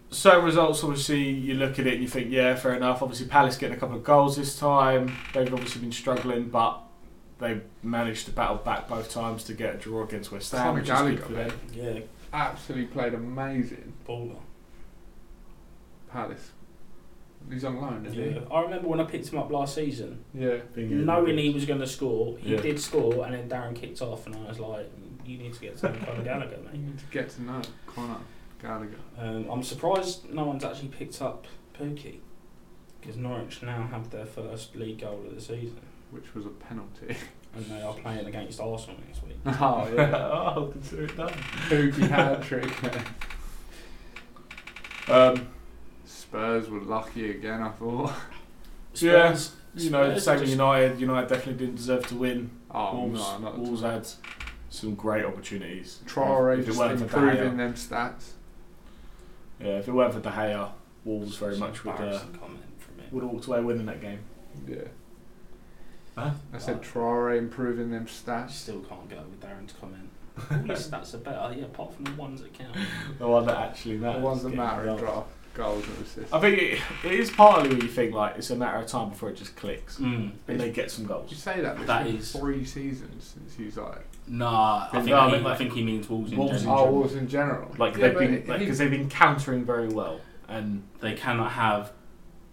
so results, obviously, you look at it and you think, yeah, fair enough. Obviously, Palace getting a couple of goals this time. They've obviously been struggling, but they managed to battle back both times to get a draw against West Ham,
Conor
which is good
Gallagher,
for them.
Yeah,
Absolutely played amazing.
baller.
Palace. He's on loan, isn't
Yeah. I remember when I picked him up last season,
he? Yeah.
knowing he was going to score, he
Yeah.
did score, and then Darren kicked off, and I was like, you need to get something from Gallagher,
You
mate.
need to get to know Connor Gallagher.
Um, I'm surprised no one's actually picked up Pookie because Norwich now have their first league goal of the season
Which was a penalty.
and they are playing against Arsenal next week.
oh
oh, consider it done.
Pookie hat trick.
Um,
Spurs were lucky again, I thought.
Yeah,
Spurs-
you know, the
Spurs
same with
just-
United. United definitely didn't deserve to win.
Oh
Wolves,
no, not at all.
Wolves had some great opportunities.
Traore
If it
just
weren't for
improving
Dyer.
them stats.
Yeah, if it weren't for De Gea, Wolves very
It's an
much would uh,
embarrassing comment from it.
would walked away winning that game.
Yeah.
Huh?
I said Traore improving them
I
stats.
still can't go with Darren's comment. All his stats are better, yeah, apart from the ones that count.
The one that actually
The
matters.
ones that
getting Uh,
matter in
results.
draft, goals and assists.
I think it, it is partly where you think like it's a matter of time before it just clicks
Mm.
and they get some
You
goals.
say that, but
That
that is
is-
three seasons since he's like.
Nah,
Been
I think,
done,
he,
haven't
I
they?
think he means Wolves in
Wolves in
general.
Oh, Wolves in general.
Like
Yeah,
they've
but
been
he-
like because they've been countering very well and
They cannot have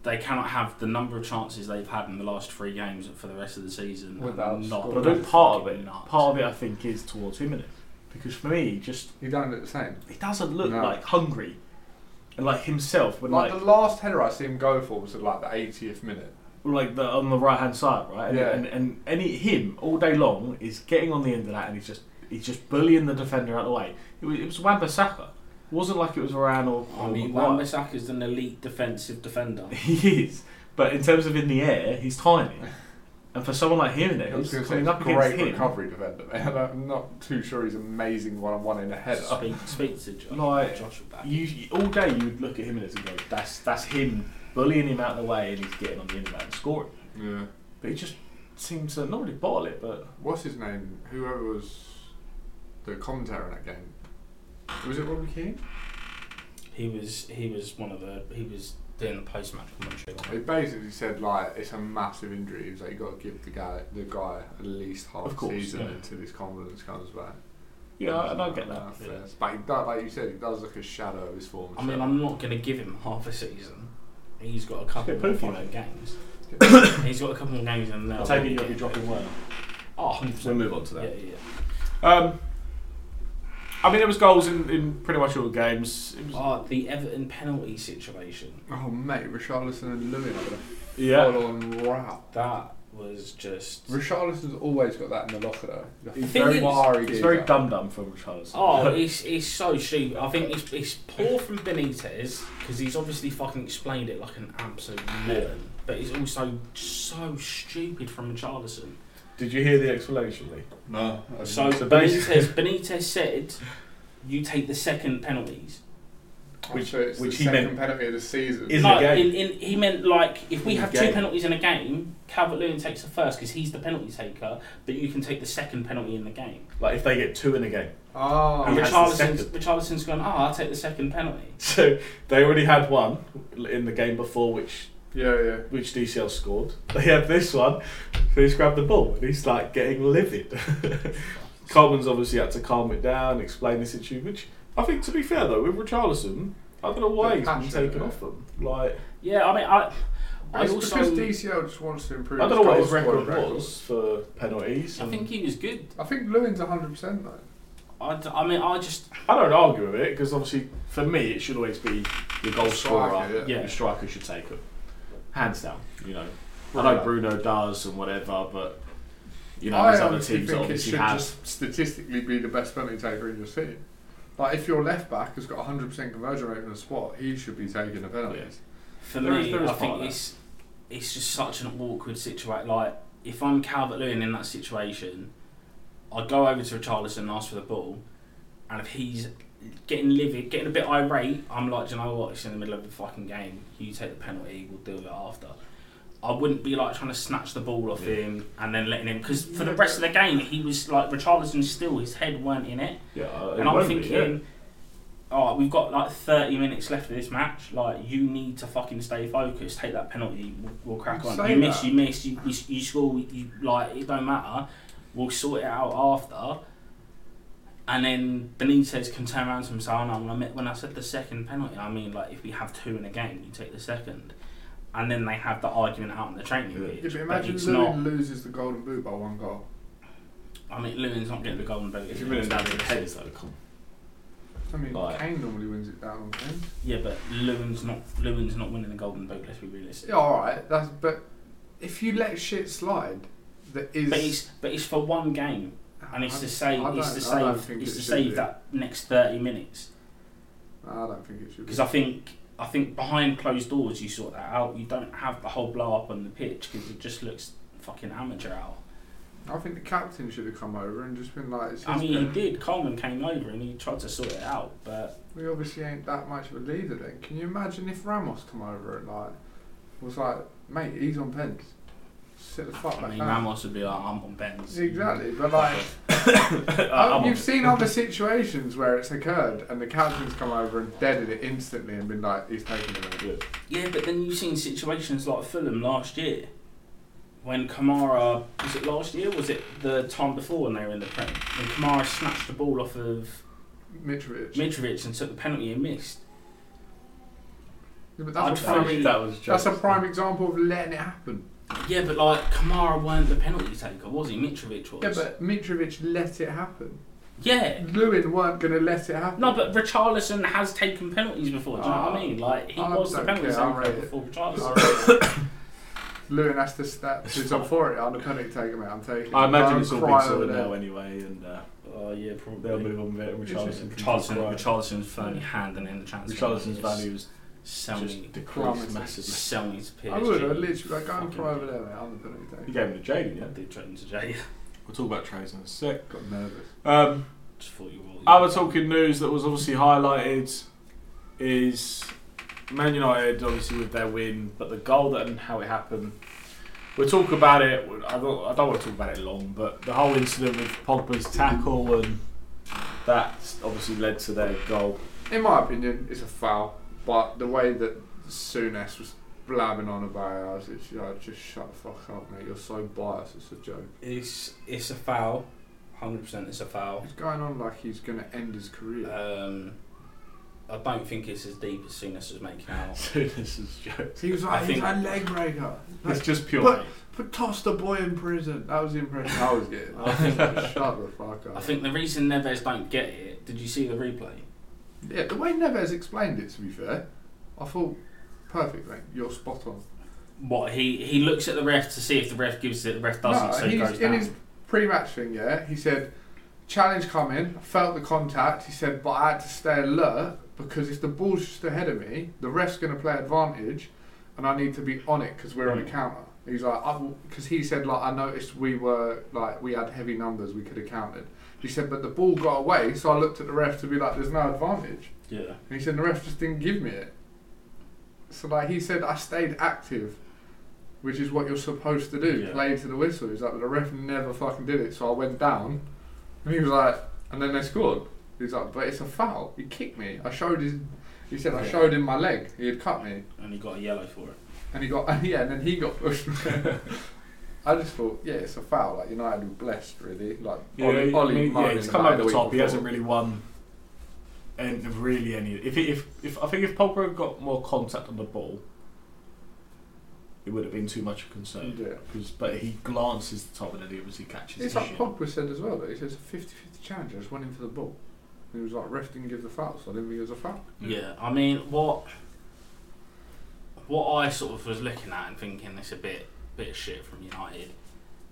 they cannot have the number of chances they've had in the last three games for the rest of the season.
Without
and not
scoring.
But I
Well,
think part of
fucking
it,
nuts.
part of it, I think, is towards Jimenez because for me, he just
he done it the same.
he doesn't look
No.
like hungry and like himself when
Like,
like
the last header I see him go for was at like the 80th minute.
like the on the right hand side, right? And,
Yeah.
and and any him all day long is getting on the end of that, and he's just he's just bullying the defender out of the way. It was, it was Wan-Bissaka. It wasn't like it was Varane or.
I
or
mean, Wan
Maguire.
Bissaka's an elite defensive defender.
He is, but in terms of in the air, he's tiny. And for someone like him,
I
who's
was going to say,
coming
he's a
up
great
against him,
recovery defender, man. I'm not too sure he's amazing one on one in a header.
Speak, speak to Josh.
Like,
Josh will back.
you, you- all day you would look at him and go, "That's that's him bullying him out of the way, and he's getting on the end of that and scoring."
Yeah.
But he just seems to not really bottle it, but
What's his name? Whoever was the commentator in that game? Was it Robbie Keane?
He was he was one of the he was doing the post match commentary.
He basically said like it's a massive injury. He was like you got to give the guy the guy at least half
Of course,
a season
yeah.
until his confidence comes back.
yeah, I, I don't
Something
get
like
that.
that, fair. But he does, like you said, he does look a shadow of his former.
I mean,
self.
I'm not going to give him half a season. He's got a couple
Get
more
poofy,
fucking
mate.
games. He's got a couple more games in there.
I take it you'll be dropping well.
Oh,
We'll move on to
yeah,
that.
yeah. yeah.
Um, I mean, there was goals in, in pretty much all the games. It was,
Oh, the Everton penalty situation.
Oh mate, Richarlison and Lewin are a
yeah,
full on row.
That was just.
Richarlison's always got that in the locker though. He's a
He's
very-
wiry
it's
geezer.
very dum dum from Richarlison.
Oh, it's, it's so stupid. I think it's, it's poor from Benitez because he's obviously fucking explained it like an absolute villain. But it's also so stupid from Richarlison.
Did you hear the explanation, Lee?
No. I
So,
So
Benitez, Benitez said, "You take the second penalties."
which-
so it's
which
the
he
second
meant-
penalty of the season.
Is In
no,
the game.
In, in, he meant like if
In
we
the
have two
game.
penalties in a game, Calvert Lewin takes the first because he's the penalty taker, but you can take the second penalty in the game.
Like if they get two in a game,
Oh,
And
that's the
Richarlison's,
second.
Richarlison's gone, oh, I'll take the second penalty.
so they already had one in the game before, which
yeah, yeah.
which DCL scored. They had this one, so he's grabbed the ball and he's like getting livid. Coleman's obviously had to calm it down, explain the situation, which I think, to be fair though, with Richarlison, I don't know why
The
he's been
passion,
taken
yeah.
off them. Like,
Yeah, I mean, I, I
It's
also,
because DCL just wants to
I
improve.
don't know what
goal
his record
scoring
was for penalties.
I
and-
think he was good.
I think Lewin's 100 percent though.
I, d- I mean, I just,
I don't argue with it because obviously, for me, it should always be the goal scorer.
Striker, yeah.
yeah.
Yeah.
The striker should take it, hands down. You know, I
Right.
know Bruno does and whatever, but you know,
I
there's other
honestly
teams that
think it
obviously
should
have.
just statistically be the best penalty taker in your city. Like if your left back has got 100 percent conversion rate in the spot, he should be taking the penalties.
for
There is-
me,
there is
I
part of
think
that.
it's, it's just such an awkward situation. Like, if I'm Calvert Lewin in that situation, I go over to Richarlison and ask for the ball, and if he's getting livid, getting a bit irate, I'm like, "Do you know what? It's in the middle of a fucking game. You take the penalty. We'll deal with it after. I wouldn't be like trying to snatch the ball off him and then letting him because for the rest of the game he was like Richarlison still his head weren't in it
Yeah, uh,
and
it
I'm
won't be,
thinking,
yeah.
oh, we've got like 30 minutes left of this match. Like, you need to fucking stay focused. Take that penalty. We'll, we'll crack
You
on.
say
You miss,
that.
you miss, you, you, you score. You like it don't matter. We'll sort it out after. And then Benitez can turn around to him and say, oh, no, when I, meant- when I said the second penalty, I mean, like, if we have two in a game, you take the second. And then they have the argument out on the training
Yeah.
pitch.
Yeah, but
but
imagine
it's
Lewin
not.
loses the golden boot by one goal.
I mean, Lewin's not getting the golden boot.
If you're winning down to the headers, though, come.
I mean,
Right.
Kane normally wins it down on Kane.
Yeah, but Lewin's not Lewin's not winning the golden boot. Let's be realistic.
Yeah, all right. That's but if you let shit slide, that is.
But it's but it's for one game, and it's to save
I
it's to
don't- I don't
save
think
it's
it
to
should
save
be.
that next thirty minutes.
I don't think it should.
Because I think I think behind closed doors you sort that out. You don't have the whole blow up on the pitch because it just looks fucking amateur hour.
I think the captain should have come over and just been like, it's
I
his
mean, he
bit.
did. Coleman came over and he tried to sort it out, but
we obviously ain't that much of a leader then. Can you imagine if Ramos come over and like was like, mate, he's on pens. Sit the fuck
I
back
mean,
down.
Ramos would be like, "I'm on Ben's."
Exactly, but like
Uh,
oh,
I'm
you've seen other situations where it's occurred and the captain's come over and deaded it instantly and been like, he's taking it.
Yeah.
Yeah, but then you've seen situations like Fulham last year, when Kamara was it last year? Was it the time before when they were in the Prem? When Kamara snatched the ball off of
Mitrovic.
Mitrovic and took the penalty and missed.
Yeah, but that's, a
I'd
prime,
say
that was
that's a
jokes.
prime example of letting it happen.
Yeah, but like Kamara weren't the penalty taker, was he? Mitrovic was.
Yeah, but Mitrovic let it happen.
Yeah.
Lewin weren't going to let it happen.
No, but Richarlison has taken penalties before. Do you know what I mean? Like he
I
was the
don't
penalty
care, I'll
taker
rate it.
before Richarlison.
Alright. Lewin has to step to his authority. I'm the penalty taker, mate. I'm taking it.
I imagine
Don't
it's all
cry
been sorted
over there.
now anyway, and uh,
Oh yeah, probably.
they'll move on with it. And
It's just-
Richarlison, can
Richarlison,
cry.
Richarlison's phony hand and then the transfer.
Richarlison's
is
value is
Sell me,
just decreased
plummeted.
massively.
sell me to PSG.
I would. I'd literally like, go and
Fucking-
cry over there, mate. I'm the penalty taker.
You gave him the Jaden,
I
yeah.
did threaten to Jay.
We'll talk about trades in a sec.
Got nervous.
Um,
Just thought you were.
Other talking news that was obviously highlighted is Man United, obviously with their win, but the goal that and how it happened. We'll talk about it. I don't, I don't want to talk about it long, but the whole incident with Pogba's tackle and that obviously led to their goal.
In my opinion, it's a foul, but the way that Souness was blabbing on about us, it's like, just shut the fuck up, mate. You're so biased. It's a joke.
It's it's a foul. Hundred percent, it's a foul.
He's going on like he's going to end his career.
Um, I don't think it's as deep as Soonest was making out.
Soon as it's jokes.
he was
I
like, he's
think-
a leg breaker.
It's just pure.
But- But toss the boy in prison. That was the impression I was getting. I think, shut the fuck up.
I think the reason Neves don't get it. Did you see the replay?
Yeah, the way Neves explained it, to be fair, I thought perfect, mate. You're spot on.
What he he looks at the ref to see if the ref gives it. The ref doesn't, so he
he's-
goes
in
down.
his pre-match thing, yeah, he said challenge coming. I felt the contact. He said, but I had to stay alert because if the ball's just ahead of me, the ref's going to play advantage, and I need to be on it because we're on a
Mm.
counter. He's like, because he said like I noticed we were like we had heavy numbers we could have counted. He said, but the ball got away, so I looked at the ref to be like, there's no advantage.
yeah.
And he said the ref just didn't give me it. So like he said, I stayed active, which is what you're supposed to do.
Yeah.
Play to the whistle. He's like, but the ref never fucking did it. So I went down, and he was like, and then they scored. He's like, but it's a foul. He kicked me. I showed his. He said I
Yeah.
showed him my leg. He had cut me,
And he got a yellow for it.
and he got yeah, and then he got pushed. I just thought, yeah, it's a foul. Like United were blessed, really. Like
Yeah,
Ollie,
I
Ollie
mean, yeah,
moaning
he's come
about
over
the
the
week
top. He
before.
hasn't really won, and really any. If he, if if I think if Pogba had got more contact on the ball, it would have been too much of a concern.
Yeah.
Because but he glances the top and then he obviously catches
Mm. It's
the
like
shit.
Pogba said as well. That he says a 50 50 challenge. I just went in for the ball. And he was like, ref didn't give the foul, so I didn't think it was a foul.
Yeah, I mean, what what I sort of was looking at and thinking this a bit bit of shit from United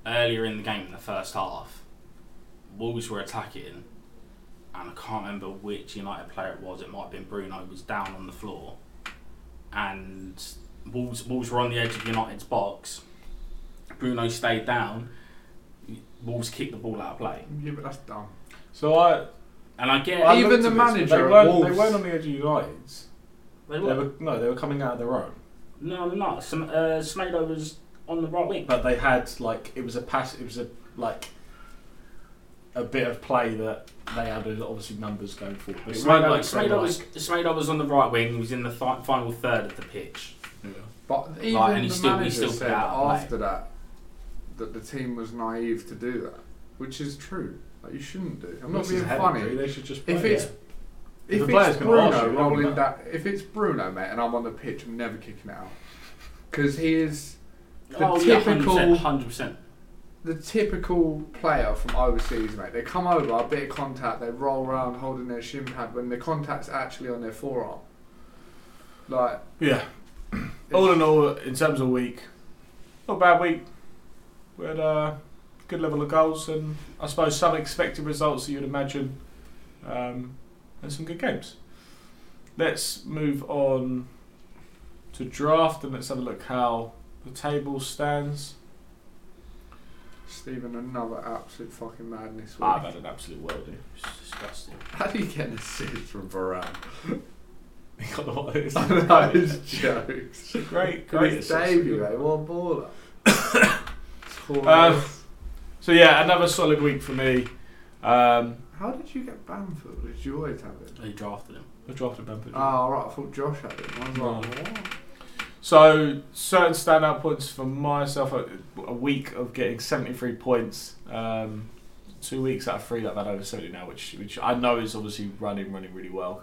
earlier in the game in the first half. Wolves were attacking, and I can't remember which United player it was. It might have been Bruno was down on the floor, and Wolves Wolves were on the edge of United's box. Bruno stayed down. Wolves kicked the ball out of play,
Yeah, but that's dumb.
So I,
and I get
I
Even
looked
the
at this,
manager
They
at
weren't, they
Wolves-
weren't on the edge of United's.
they
They
were
were no, they were coming out of their own.
No, they're not. Some uh, Smedo was on the right wing.
But they had like it was a pass. It was a like a bit of play that they had obviously numbers going forward. But it weren't
Smedo,
like they were
Smedo, was,
like-
Smedo was on the right wing. He was in the th- final third of the pitch.
But even
Like, and he
the
still- he
manager
still put
said
out a play.
after that that the team was naive to do that, which is true. Like, you shouldn't do. I'm not
This is
being
heaven,
funny.
really. They should just play
If it's
it. If
if
the player's
it's
gonna ask
Bruno
you, it
rolling
doesn't
that, if it's Bruno, mate, and I'm on the pitch, I'm never kicking it out because he is The
oh, yeah,
typical-
100%. 100%.
the typical player from overseas, mate. They come over, a bit of contact, they roll around holding their shin pad when the contact's actually on their forearm. Like,
Yeah. all in all, in terms of week, not a bad week. We had a good level of goals and I suppose some expected results that you'd imagine, um, and some good games. Let's move on to draft and let's have a look how the table stands.
Stephen, another absolute fucking madness. week.
I've had an absolute worldie.
It's disgusting.
How do you get an assist from Varane?
He got the what it is.
that is jokes.
Great, great.
Great
assist.
debut, mate. One baller.
Um,
Torres.
So yeah, another solid week for me. Um,
How did you get Bamford? Did you always have it?
They drafted him.
I drafted Bamford.
Oh, right. I thought Josh had it. I was like, what?
So certain standout points for myself: a, a week of getting seventy-three points, um, two weeks out of three that I've had over seventy now, which which I know is obviously running running really well.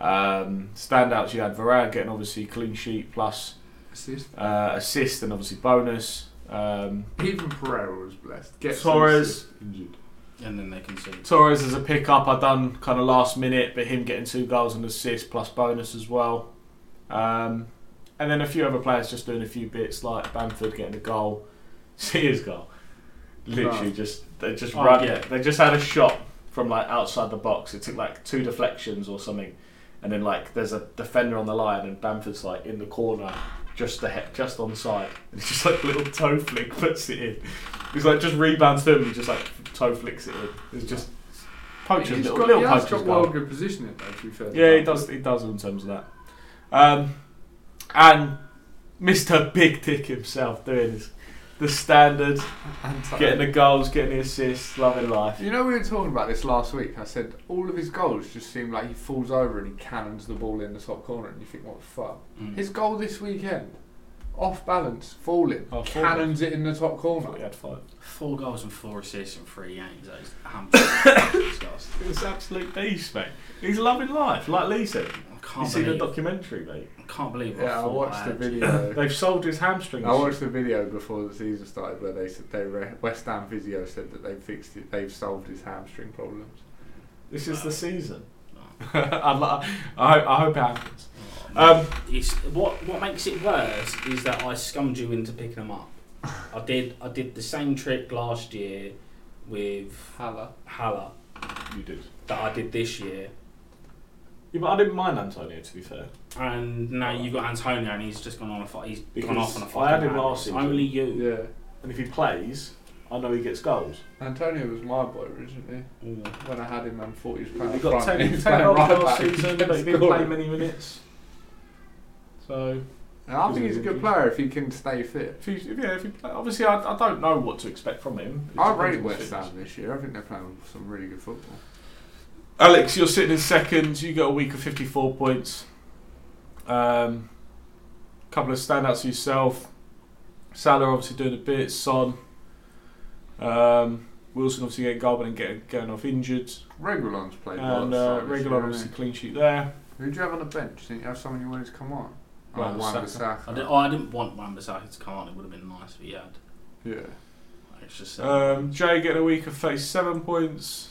Um, standouts you had Varane getting obviously clean sheet plus
Assist.
uh, assist and obviously bonus. Um,
Even Pereira was blessed. Get
Torres.
Injured.
And then they conceded.
Torres as a pickup I done kind of last minute, but him getting two goals and assist plus bonus as well. Um, and then a few other players just doing a few bits like Bamford getting a goal, see his goal. Literally
Right.
just they just
Oh,
run
yeah.
they just had a shot from like outside the box. It took like two deflections or something, and then like there's a defender on the line and Bamford's like in the corner, just the he- just on side. And it's just like little toe flick puts it in. He's like just rebounds to him and just like toe flicks it in. It's just punches
He's
little,
got,
little
he has
punches.
got
goal.
well good positioning, though, to be fair.
Yeah, he does. He does in terms of that. Um, and Mr. Big Dick himself doing his the standard,
And uh,
getting the goals, getting the assists, loving life.
You know, we were talking about this last week. I said all of his goals just seem like he falls over and he cannons the ball in the top corner, and you think, what the fuck?
Hmm.
Mm.
His goal this weekend, off balance, falling,
Oh, falling.
cannons it in the top
I thought oh, he
corner.
had five.
Four goals and four assists in three games. That is absolutely disgusting.
It was absolute beast, mate. He's loving life, like Lee said.
I
You
can't
seen the
believe.
documentary, mate?
I can't believe.
Yeah, I
thought
watched the
had.
video.
They've sold his hamstrings.
I watched the video before the season started where they said they re- West Ham physio said that they fixed it, they've solved his hamstring problems.
This is the season.
No.
I'd li- I, hope- I hope it happens.
Oh, man.
Um,
It's, what what makes it worse is that I scummed you into picking them up. I did I did the same trick last year with
Hala.
Haller
you did.
that I did this year,
Yeah, but I didn't mind Antonio. To be fair,
and now you've got Antonio and he's just gone on a fi- he's gone
Because
off on a fucking.
I had him
madness.
last season.
Only you.
Yeah.
and if he plays, I know he gets goals.
Antonio was my boy originally
Mm.
when I had him on 40 was
He
playing
got
front.
10,
he was
10
playing
goals
right
last
back, he
season,
kept
but he didn't play
scoring.
many minutes. So,
And I
Because
think
of
he's a good
injuries.
player if he can stay fit.
if you, if, yeah, if you play, obviously, I, I don't know what to expect from him. It
I
depends
rate
on
West
fitness.
Ham this year. I think they're playing some really good football.
Alex, you're sitting in second. You got a week of 54 points. Um, couple of standouts for yourself. Salah obviously doing a bit. Son. Um, Wilson obviously getting goal but then getting going off injured.
Regulon's played well.
And
at the
uh,
start of this
regular
year,
obviously
hasn't
clean sheet there.
he? Who do you have on the bench? Didn't you have someone you wanted to come on?
Well,
oh, Wan-Bissaka.
I, did, oh, I didn't want Wan-Bissaka to come on. It would have been nice if he had.
Yeah.
It's just uh,
Um, Jay getting a week of 37 points.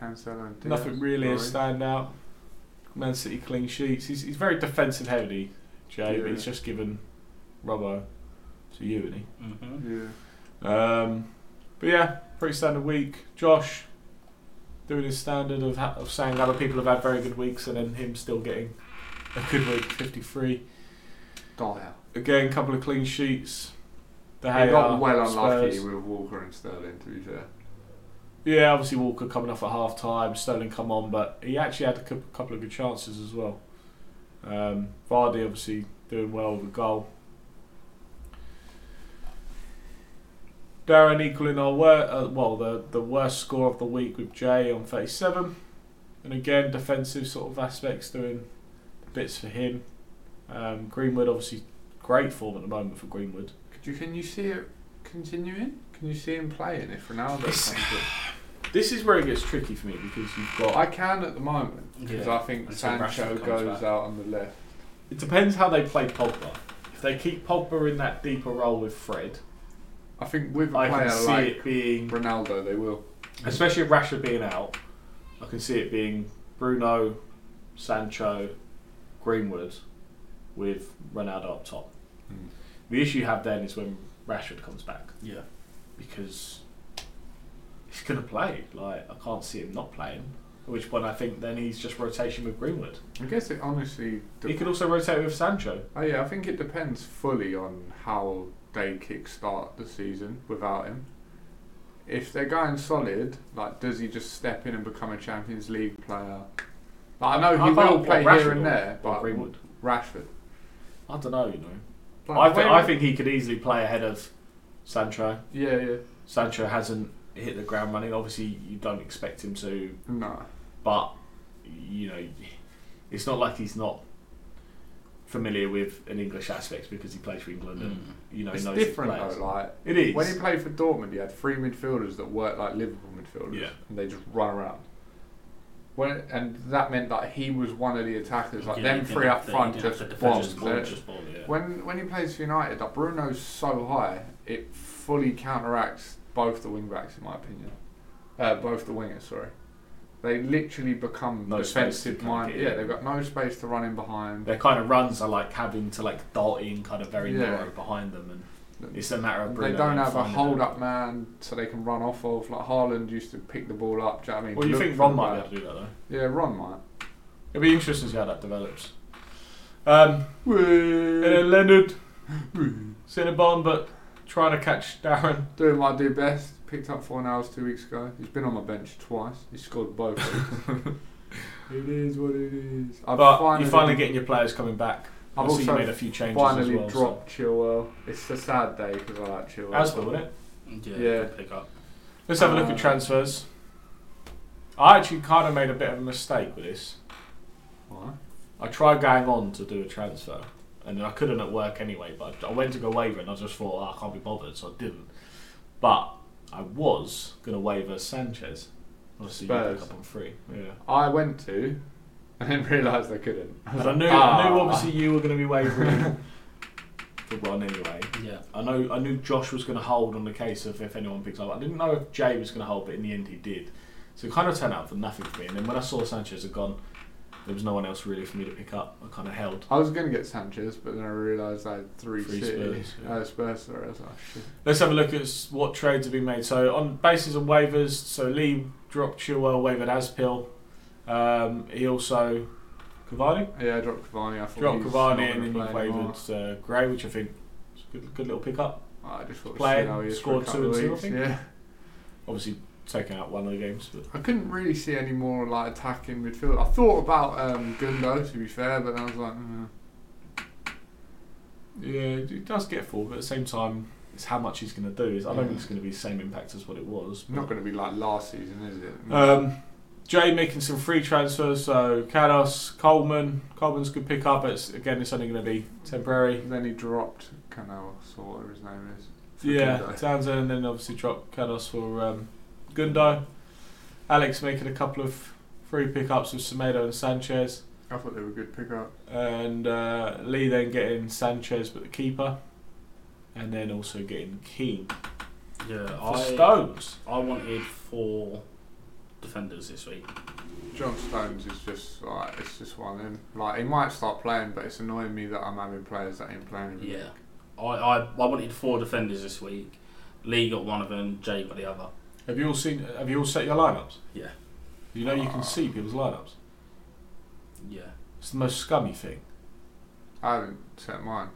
Cancelo and Diaz.
Nothing really a
Sorry.
standout. Man City clean sheets. He's, he's very defensive heavy, Jay, but
Yeah.
he's just given Robbo to you, isn't he?
mhm.
Yeah.
Um, but yeah, pretty standard week. Josh doing his standard of, ha- of saying other people have had very good weeks and then him still getting a good week, 53.
Dyer.
Again, couple of clean sheets. The
He got well unlucky with Walker and Sterling, to be fair.
Yeah, obviously Walker coming off at half time, Sterling come on, but he actually had a cou- couple of good chances as well. Um, Vardy obviously doing well with a goal. Darren equaling our wor- uh, well the the worst score of the week with Jay on 37, and again defensive sort of aspects doing bits for him. Um, Greenwood obviously great form at the moment for Greenwood.
Could you, can you see it continuing? Can you see him playing if Ronaldo
It's-
comes in?
This is where it gets tricky for me because you've got
I can at the moment because
Yeah.
I think
Until Rashford
Sancho
comes
goes
back.
out on the left.
It depends how they play Pogba. If they keep Pogba in that deeper role with Fred,
I think with a
I can
player
see
like
it being,
Ronaldo, they will.
especially if Rashford being out, I can see it being Bruno, Sancho, Greenwood, with Ronaldo up top.
Hmm.
The issue you have then is when Rashford comes back
Yeah.
because he's going to play. Like I can't see him not playing. At which point I think then he's just rotation with Greenwood.
I guess it honestly.
He
dep-
could also rotate with Sancho.
oh yeah, I think it depends fully on how they kickstart the season without him. If they're going solid, like does he just step in and become a Champions League player? Like, I know he
I thought,
will
what,
play here
Rashford
and
or-
there,
or
but
Greenwood.
Rashford.
I don't know, you know.
Like,
I, think
where-
I think he could easily play ahead of Sancho.
Yeah, yeah.
Sancho hasn't hit the ground running. Obviously, you don't expect him to,
No.
but you know, it's not like he's not familiar with an English aspect because he plays for England
Mm.
and you know
it's
knows
different
his players.
though. Like
it is.
when he played for Dortmund, he had three midfielders that worked like Liverpool midfielders,
Yeah.
and they just run around. When, and that meant that he was one of the attackers. Like
You
them
didn't
three
have
up
to-
front
you
just
didn't have to defend,
bombed.
just
They're-
ball, just ball, yeah.
When when he plays for United, like Bruno's so high, it fully counteracts both the wing backs, in my opinion. Uh, both the wingers, sorry. They literally become
No space to
defensive
kind of
minded.
get in.
Yeah, they've got no space to run in behind.
Their kind of runs are like having to like dart in kind of very
Yeah.
narrow behind them, and it's a matter of
They
Bruno
don't
and
have a
finding
hold
them.
up man so they can run off of. Like Haaland used to pick the ball up. Do you know what I mean?
Well, you
Look
think
for
Ron
the
might be
ball.
able to do that though?
Yeah, Ron might.
It'll be interesting to see how that develops. Um, and then
Woo.
Leonard, Cinnabon, but trying to catch Darren.
Doing what I do best. Picked up four nails two weeks ago. He's been on my bench twice. He scored both. weeks. it is what it is. I've
but you're finally getting your players coming back.
I've
Obviously, you
also
made a few changes
finally
as well.
dropped uh, Chilwell. It's a sad day because I like
So.
Chilwell.
As well, wasn't it?
Mm. Yeah,
Yeah.
good pick up.
Let's have a look
Uh,
at transfers. I actually kind of made a bit of a mistake with this.
Why?
I tried going on to do a transfer, and then I couldn't at work anyway. But I went to go waiver, and I just thought "Oh, I can't be bothered, so I didn't. But I was gonna waiver Sanchez. Obviously, you
Spurs.
pick up on free. Yeah.
I went to and then realised I couldn't.
But I knew, I knew
Ah.
obviously you were going to be wavering for Ron anyway.
Yeah.
I know, I knew Josh was going to hold on the case of if anyone picks up. I didn't know if Jay was going to hold, but in the end he did. So it kind of turned out for nothing for me. And then when I saw Sanchez had gone, there was no one else really for me to pick up. I kind of held.
I was going to get Sanchez, but then I realised I had three,
Three
City,
Spurs, yeah.
uh, Spurs. Sorry, I was like, shit.
Let's have a look at s- what trades have been made. So on basis of waivers, so Lee dropped Chilwell, wavered Aspil. Um, he also Cavani.
Yeah, I dropped Cavani. I thought
Dropped Cavani
he's not
and then
gonna
you've
play anymore.
wavered uh, Gray, which I think is a good, good little pickup.
I just thought
Played,
see how he is for a
scored two
couple
and
of
two, I
weeks,
think.
Yeah,
obviously taking out one of the games, but
I couldn't really see any more like attacking midfield. I thought about um, Gundo to be fair, but then I was like, mm.
yeah, it does get full. But at the same time, it's how much he's going to do. It's- I don't think it's going to be the same impact as what it was.
not going to be like last season, is it?
Um, Jay making some free transfers, so Kados, Coleman. Coleman's good pick up. It's again, it's only going to be temporary.
Then he dropped Canales or whatever his name is. for
yeah,
Gundo.
Townsend, and then obviously drop Kados for um, Gundo. Alex making a couple of free pickups with Semedo and Sanchez,
I thought they were good pickup.
and uh, Lee then getting Sanchez but the keeper, and then also getting Keane.
Yeah,
For
I,
Stones.
I wanted four defenders this week.
John Stones is just like it's just one of them. Like he might start playing, but it's annoying me that I'm having players that ain't
Mm-hmm.
playing. every
Yeah.
week.
I, I, I wanted four defenders this week. Lee got one of them, Jay got the other.
Have you all seen? Have you all set your lineups?
Yeah.
You know you can see people's lineups.
Yeah.
It's the most scummy thing.
I haven't set mine.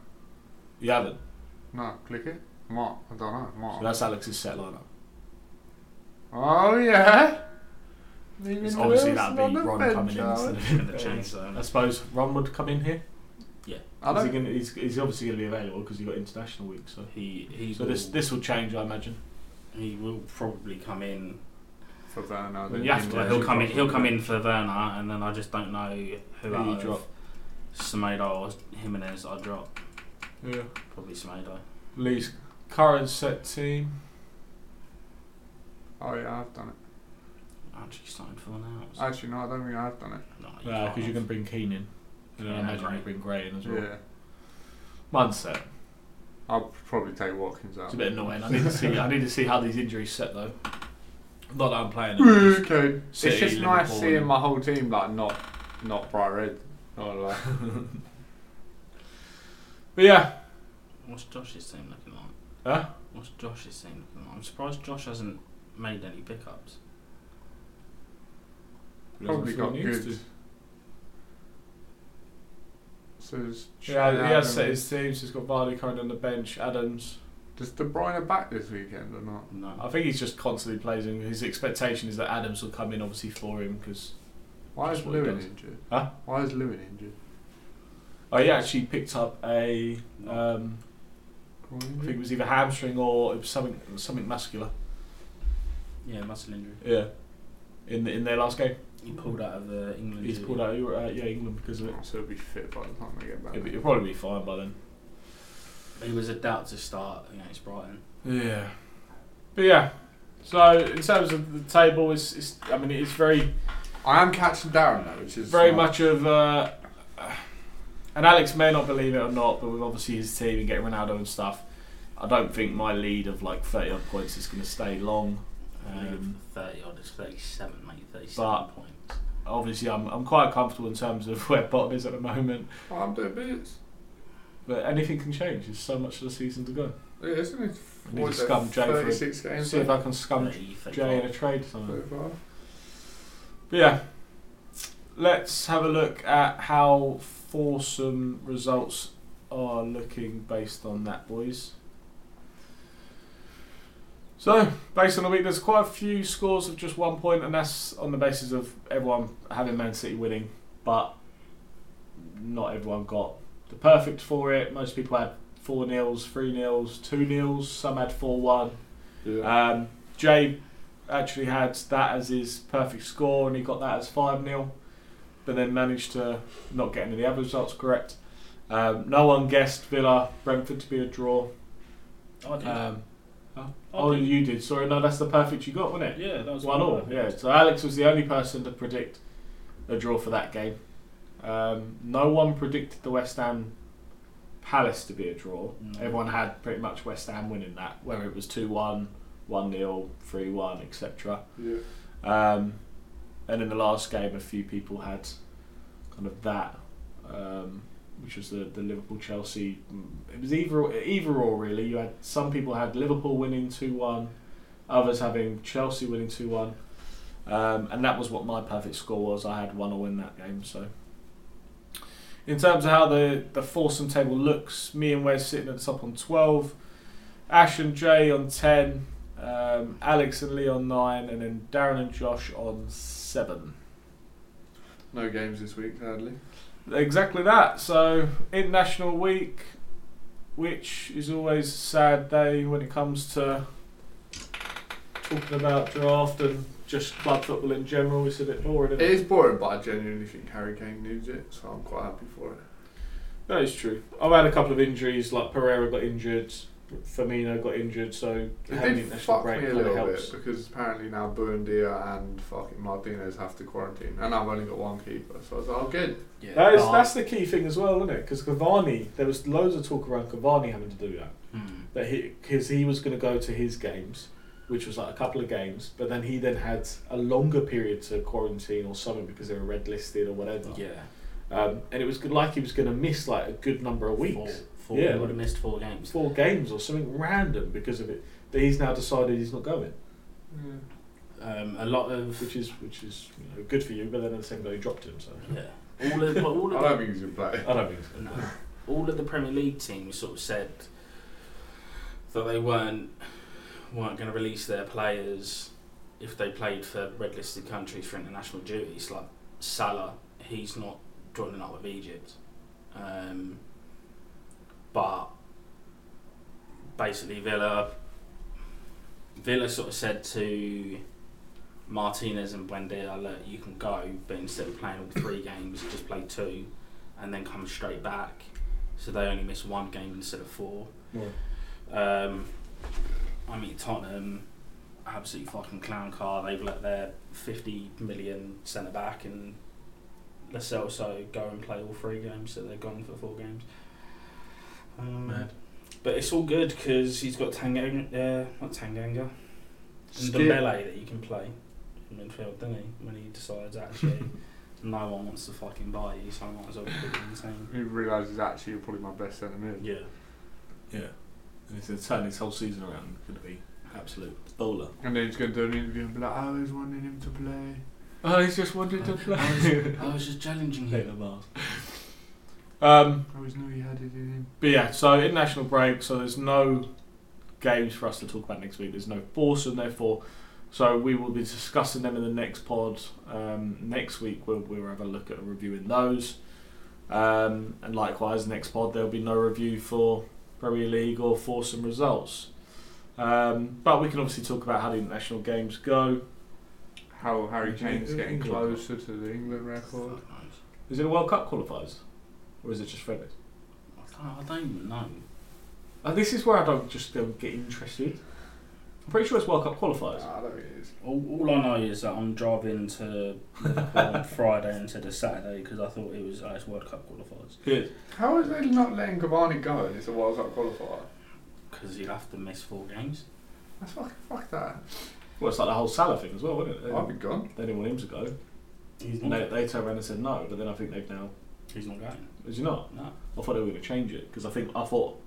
You haven't.
No, click it. Mark, I don't know. Mark.
So that's Alex's set lineup.
Oh yeah.
It's obviously that'd be Ron coming in instead of
Gonna change
I
them.
suppose Ron would come in here.
I
Is he
don't,
gonna, he's, he's obviously going to be available because he got international week. So,
He he
so
will,
this this will change, I imagine.
he will probably come in.
for Verno,
Well,
they
you have
didn't
to,
really
he'll come in.
drop
He'll come
him.
in for Werner, and then I just don't know who,
Who
out
you
of
drop?
Semedo or Jimenez I drop.
Yeah.
Probably Semedo.
Lee's current set team.
Oh yeah, I've done it.
Actually, starting four now. so-
Actually, no, I don't think I've done it.
No, you
Yeah,
can't.
because Uh, you can bring Keane in, and then I
Yeah,
imagine
Gray.
you bring Gray in as well.
Yeah,
Mine's set.
I'll probably take Watkins out.
It's a bit annoying. I need to see. I need to see how these injuries set though. Not that I'm playing. them, just-
okay.
City,
it's just nice
Liverpool,
seeing
and- Oh,
my whole team like not, not bright red. Not like
But yeah,
What's Josh's team looking like?
huh?
What's Josh's team looking like? I'm surprised Josh hasn't made any pickups.
probably got
He needs
good.
to.
So it's
Yeah, he has
Adam-
set his teams. He's got Vardy currently on the bench. Adams,
Does De Bruyne back this weekend or not?
No.
I think he's just constantly plays him. His expectation is that Adams will come in, obviously, for him because.
Why
That's
is
what he
Lewin
does.
injured?
Huh?
Why is Lewin injured?
Oh, he actually picked up a. Um, I
Groin
think it
injury?
was either hamstring or it was something something muscular.
Yeah, muscle injury.
Yeah. In in their last game,
He pulled out of uh, England.
he's
didn't
pulled
he?
out. Uh, yeah, England because of it.
Oh, so he'll be fit by the time they get back.
He'll, be, he'll probably be fine by then.
He was a doubt to start against Brighton.
Yeah. But yeah. So in terms of the table, it's, it's I mean it's very
I am catching Darren though, which is
very
like-
much of uh, and Alex may not believe it or not, but with obviously his team and getting Ronaldo and stuff, I don't think my lead of like thirty odd points is going to stay long. Um,
Um, Thirty odd, it's thirty-seven, mate. Thirty-seven
But-
points.
obviously, I'm I'm quite comfortable in terms of where bottom is at the moment,
Oh, I'm doing bits.
but anything can change. There's so much of the season to go.
Yeah, isn't it?
need
what
to
is it,
scum Jay for it.
36 games.
See if I can scum
30,
Jay in
35.
a trade somewhere.
so far.
But yeah, let's have a look at how foursome results are looking based on that, boys. So, based on the week, there's quite a few scores of just one point, and that's on the basis of everyone having Man City winning, but not everyone got the perfect for it. Most people had 4 nils, 3 nils, 2 nils, some had 4 1.
Yeah.
Um, Jay actually had that as his perfect score, and he got that as 5 0, but then managed to not get any of the other results correct. Um, no one guessed Villa Brentford to be a draw.
I did.
Um,
I
oh,
did.
you did. Sorry, no, that's the perfect you got, wasn't it?
Yeah, that was
One
my
all.
perfect.
Yeah. So Alex was the only person to predict a draw for that game. Um, no one predicted the West Ham Palace to be a draw.
No.
Mm. Everyone had pretty much West Ham winning that, whether it was 2 1, 1 0, 3 1, etc.
yeah.
Um, and in the last game, a few people had kind of that, um, which was the, the Liverpool Chelsea. It was either or- either or really. You had some people had Liverpool winning two one, others having Chelsea winning two one, um, and that was what my perfect score was. I had one all in that game. So, in terms of how the the foursome table looks, me and Wes sitting at the top on twelve, Ash and Jay on ten, um, Alex and Lee on nine, and then Darren and Josh on seven.
No games this week, sadly.
Exactly that. So international week, which is always a sad day when it comes to talking about draft and just club football in general. It's a bit boring.
It
Isn't it?
is boring, but I genuinely think Harry Kane needs it, so I'm quite happy for it.
That is true. I've had a couple of injuries. Like Pereira got injured, Firmino got injured. So having
It
the
did
international
fuck
break
me a
kind of
little
helps.
bit because apparently now Buendia and fucking Martinez have to quarantine, and I've only got one keeper, so I was like, oh, good.
Yeah,
That is,
but-
that's the key thing as well, isn't it? Because Cavani, there was loads of talk around Cavani having to do that.
Hmm.
that he because he was going to go to his games, which was like a couple of games, but then he then had a longer period to quarantine or something because they were red listed or whatever.
Yeah.
Um, and it was good, like he was going to miss like a good number of
Four,
weeks,
four,
Yeah.
He would have missed four games.
four games or something random because of it. That he's now decided he's not going,
Um, a lot of
which is which is you know, good for you. But then at the same time, he dropped him. So
yeah. All of all
I
of
don't think he's gonna play.
I don't think so.
No. All of the Premier League teams sort of said that they weren't weren't going to release their players if they played for red listed countries for international duties. Like Salah, he's not joining up with Egypt, um, but basically Villa Villa sort of said to Martinez and Buendia, look, you can go, but instead of playing all three games, you just play two and then come straight back. So they only miss one game instead of four.
Yeah.
Um, I mean, Tottenham, absolute fucking clown car. They've let their 50 million centre back and Lascelles go and play all three games, so they're gone for four games. Um,
Mad.
But it's all good because he's got Tanganga, uh, not Tanganga, and Dembele that you can play in midfield, doesn't he? When he decides actually no one wants to fucking buy you, so I might as well put it in the team.
He realises actually you're probably my best centre mid.
Yeah.
Yeah.
And he's going to turn his whole season around. Going to be absolute bowler.
And then he's gonna do an interview and be like, "Oh, I always wanted him to play.
Oh, he's just wanted
to play. I was just challenging him.
um,
I always knew he had it in him.
But yeah, so international break, so there's no games for us to talk about next week. There's no foursome, therefore. So we will be discussing them in the next pod um, next week. We'll, we'll have a look at reviewing those. Um, and likewise, next pod there'll be no review for Premier League or foursome results. Um, but we can obviously talk about how the international games go.
How Harry Kane's getting
England.
closer to the England record.
Is it a World Cup qualifiers, or is it just friendlies?
I don't even know.
And Uh, this is where I don't just don't get interested. I'm pretty sure it's World Cup
I
qualifiers.
don't think it Ah, is.
All, all I know is that I'm driving to Liverpool on Friday instead of Saturday because I thought it was uh, it's World Cup qualifiers.
Good.
How is they not letting Cavani go and it's a World Cup qualifier?
Because you'll have to miss four games.
That's fuck, fuck that.
Well, it's like the whole Salah thing as well, isn't it? They,
Oh.
I'd be gone.
they didn't want him to go.
Mm-hmm.
He's
And
not.
they, they turned around and said no, but then I think they've now.
He's not going.
Is he not?
No.
I thought they were going to change it because I think I thought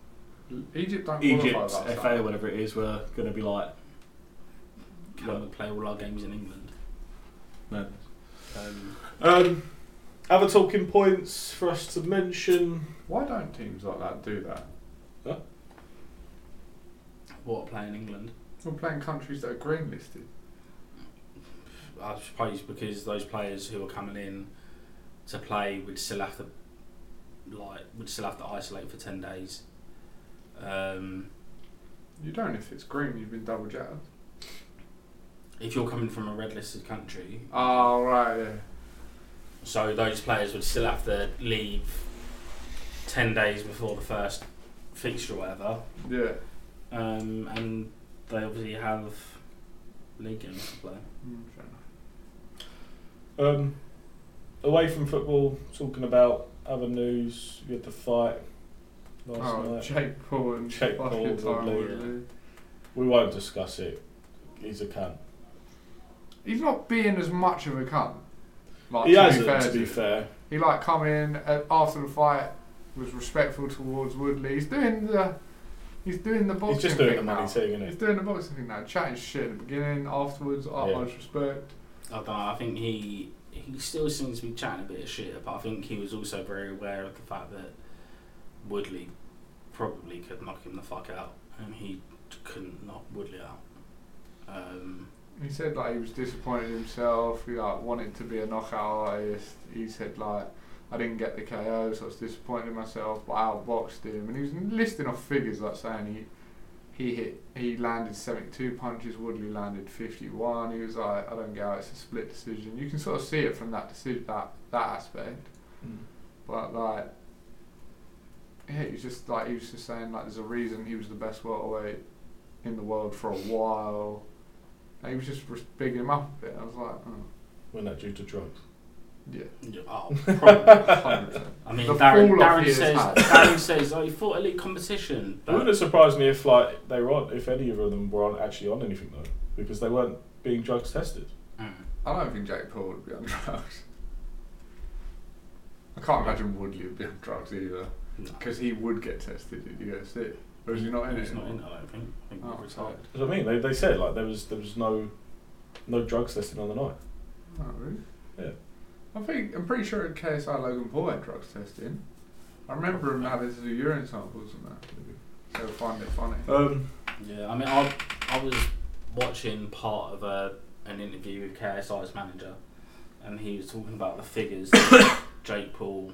Egypt don't
Egypt,
qualify last
FA, or whatever it is, were going to be like
Can
Well-
we play all our games in England?
no.
Um,
Um, other talking points for us to mention.
Why don't teams like that do that?
what play in England?
We're playing countries that are green listed.
I suppose because those players who are coming in to play would still have to like would still have to isolate for ten days. Um,
You don't if it's green, you've been double jabbed.
if you're coming from a red listed country,
Ah,
Oh, right, yeah.
so those players would still have to leave ten days before the first fixture or whatever,
Yeah.
um, and they obviously have league games to play.
Mm, fair enough.
Um, away from football, talking about other news. We had the fight last
Oh,
night.
Jake Paul and
Jake Paul
fucking
and
Tyron
Lee.
Woodley.
we won't discuss it. He's a cunt.
He's not being as much of a cunt. Like,
he hasn't,
to
to be
him.
fair.
He like come in uh, after the fight, was respectful towards Woodley. He's doing the, he's doing the boxing.
He's just doing
thing
the money
now.
thing, isn't
He's
it?
doing the boxing thing now, chatting shit at the beginning, afterwards, utmost respect.
I don't know. I think he he still seems to be chatting a bit of shit, but I think he was also very aware of the fact that Woodley probably could knock him the fuck out, and he couldn't knock Woodley out. Um,
He said like he was disappointed in himself. He like wanted to be a knockout artist. He said like I didn't get the KO, so I was disappointed in myself. But I outboxed him, and he was listing off figures like saying he he hit he landed seventy two punches. Woodley landed fifty one. He was like I don't get how it's a split decision. You can sort of see it from that decision that that aspect.
Mm.
But like yeah, he was just like he was just saying like there's a reason he was the best welterweight in the world for a while. And he was just res- bigging him up a bit. I was like, oh,
We're not due to drugs.
yeah,
yeah, oh,
probably 100%.
I mean,
The
Darren,
fall off he
Darren
has
says
had.
Darren says oh, he fought elite competition,
It wouldn't
but
have surprised me if like they were on, if any of them were on actually on anything though, because they weren't being drugs tested.
Mm.
I don't think Jake Paul would be on drugs. I can't imagine Woodley would be on drugs either,
No.
because he would get tested at the UFC. Or is he not in
He's
it?
not in it, I don't think. I think
Oh,
he's retired.
That's what I mean. They, they said like there was there was no no drugs testing on the night.
Oh, really?
Yeah.
I think I'm pretty sure at KSI Logan Paul had drugs testing. I remember him having to do urine samples and that. So find it funny.
Uh.
Um,
Yeah, I mean, I, I was watching part of a, an interview with KSI's manager, and he was talking about the figures that Jake Paul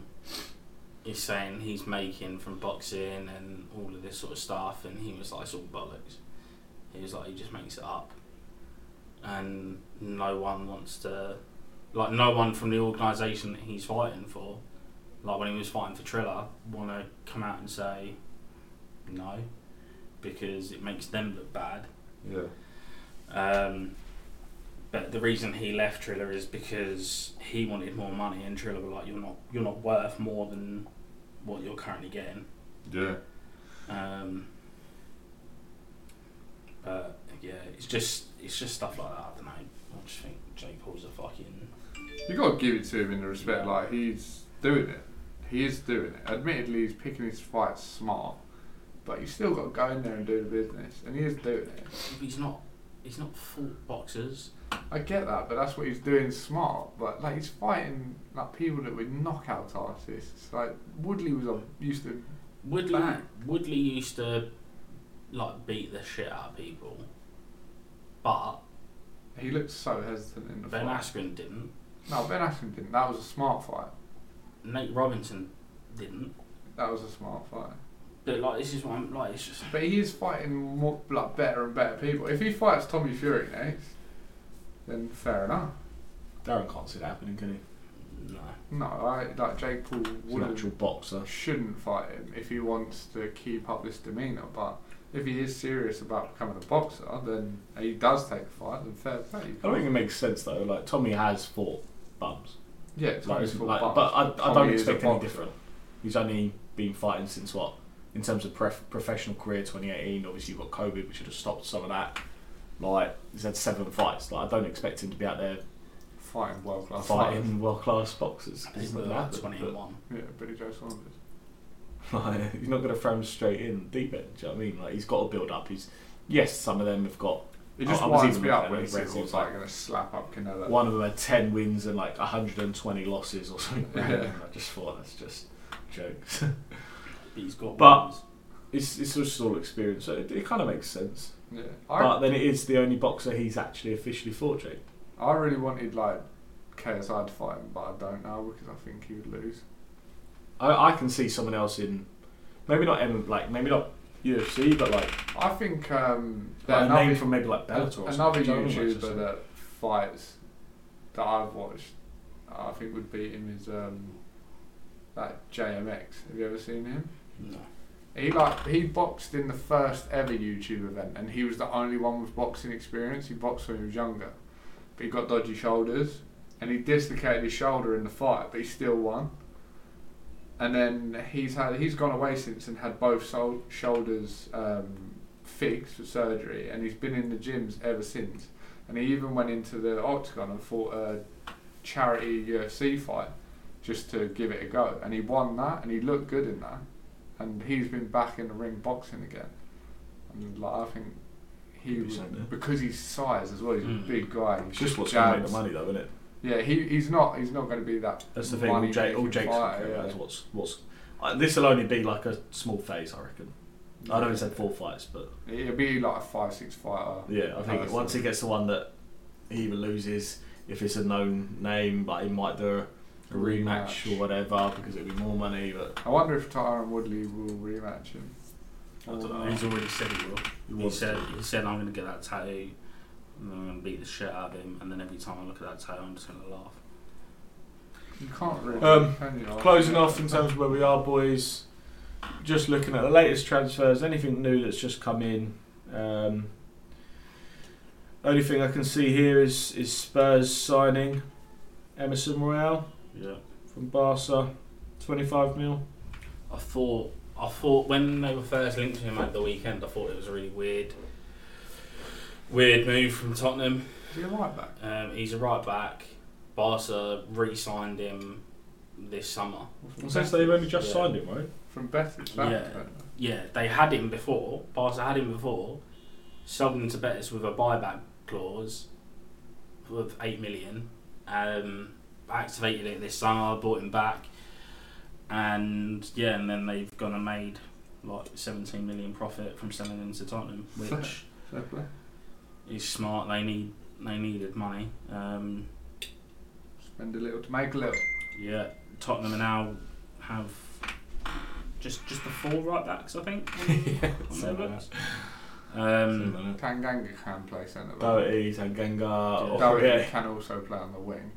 is saying he's making from boxing and all of this sort of stuff, and he was like, it's all bollocks. He was like, he just makes it up. And no one wants to, like, no one from the organisation that he's fighting for, like when he was fighting for Triller, want to come out and say, no because it makes them look bad.
Yeah.
Um, but the reason he left Triller is because he wanted more money, and Triller were like, "You're not, you're not worth more than what you're currently getting."
Yeah.
Um, but yeah, it's just it's just stuff like that. I don't know. I just think Jake Paul's a fucking
You gotta give it to him in the respect,
Yeah.
like he's doing it. He is doing it. Admittedly, he's picking his fights smart, but you still got to go in there and do the business, and he is doing it.
he's not he's not fought boxers.
I get that, but that's what he's doing smart. But like he's fighting like people that were knockout artists. Like Woodley was a, used to
Woodley
Bang.
Woodley used to like beat the shit out of people, but
He looked so hesitant in the
Ben
fight.
Askren didn't.
no, Ben Askren didn't. That was a smart fight.
Nate Robinson didn't.
That was a smart fight.
But like this is what I'm like. It's just
But he is fighting more like better and better people. If he fights Tommy Fury next, then fair enough.
Darren can't see that happening, can he?
no.
No, I like Jake Paul
He's an actual
wouldn't,
boxer.
shouldn't fight him if he wants to keep up this demeanour. But if he is serious about becoming a boxer, then and he does take the fight. Then fair play.
I don't think it makes sense though. Like Tommy has fought bums,
Yeah, it's
Like,
like,
it's like- but I, I don't expect any different. He's only been fighting since what, in terms of pref- professional career, 2018. Obviously, you've got COVID, which should have stopped some of that. Like he's had seven fights. Like I don't expect him to be out there
Fighting world class.
fighting world class boxers.
He's
It's not gonna
like
happen,
twenty and one.
Yeah, Billy Joe Saunders.
but, like, you're not going to throw him straight in deep end. Do you know what I mean? Like he's got to build up. He's yes, some of them have got.
It just
I- I was
winds
even
me
looking
up
at
when he
his
says
records,
he's like
like-
going to slap up Canelo.
One of them had ten wins and like 120 losses or something.
Yeah.
I just thought that's just jokes.
But he's got
But-
wins.
it's it's just all experience, so it, it kind of makes sense.
Yeah,
but
I,
then it is the only boxer he's actually officially fought, Jake.
I really wanted like KSI to fight him, but I don't know because I think he would lose.
I, I can see someone else in, maybe not M, like maybe not UFC, but like,
I think um,
like a
another-
name from maybe like
An-
Bellator. or
Another
something, do you know what I mean? Like,
YouTuber that fights that I've watched, I think would beat him is um, that JMX. Have you ever seen him?
No.
He like he boxed in the first ever YouTube event, and he was the only one with boxing experience. He boxed when he was younger, but he got dodgy shoulders, and he dislocated his shoulder in the fight, but he still won. And then he's had he's gone away since and had both sol- shoulders um, fixed for surgery, and he's been in the gyms ever since. And he even went into the octagon and fought a charity UFC fight just to give it a go, and he won that, and he looked good in that and he's been back in the ring boxing again. And like, I think he
Could be
would-
something there.
because he's size as well. He's
Mm.
a big guy.
It's
He's
just what's going to make
jabs.
the money, though, isn't it?
Yeah, he, he's not he's not going to be that.
That's the thing. All,
money
Jake, all
making
Jake's
fighter,
looking at
yeah.
is what's what's. Uh, this will only be like a small phase, I reckon. I know he's had four fights, but
It'll be like a five six fighter.
yeah, I think
person.
once he gets the one that he even loses, if it's a known name, like he might do a, a rematch or whatever because it'll be more money. But
I wonder if Tyron Woodley will rematch him.
I don't know.
He's already said he will.
He
He
wants
said
to.
he said I'm gonna get that tattoo. And I'm gonna beat the shit out of him, and then every time I look at that tattoo, I'm just gonna laugh.
You can't really.
Um,
can you?
Closing off in terms of where we are, boys. Just looking at the latest transfers, anything new that's just come in. Um, only thing I can see here is is Spurs signing Emerson Royale
Yeah.
from Barca, 25 mil.
I thought, I thought when they were first linked to him at the weekend, I thought it was a really weird, weird move from Tottenham.
Is he a right back?
Um, he's a right back. Barca re-signed him this summer.
From
And since they've only just
Yeah.
signed him, right?
From Betis. that-
Yeah. Yeah, they had him before. Barca had him before. Sold him to Betis with a buyback clause of eight million. Um, activated it this summer, bought him back, and yeah, and then they've gone and made like seventeen million profit from selling him to Tottenham, which.
Fair play.
He's smart. They need they needed money. Um,
Spend a little to make a little.
yeah, Tottenham now have just just the four right backs, I think. yeah,
something
Um,
Tanganga can play centre back.
Doherty,
oh,
Tanganga.
Doherty
Oh, Yeah.
can also play on the wing.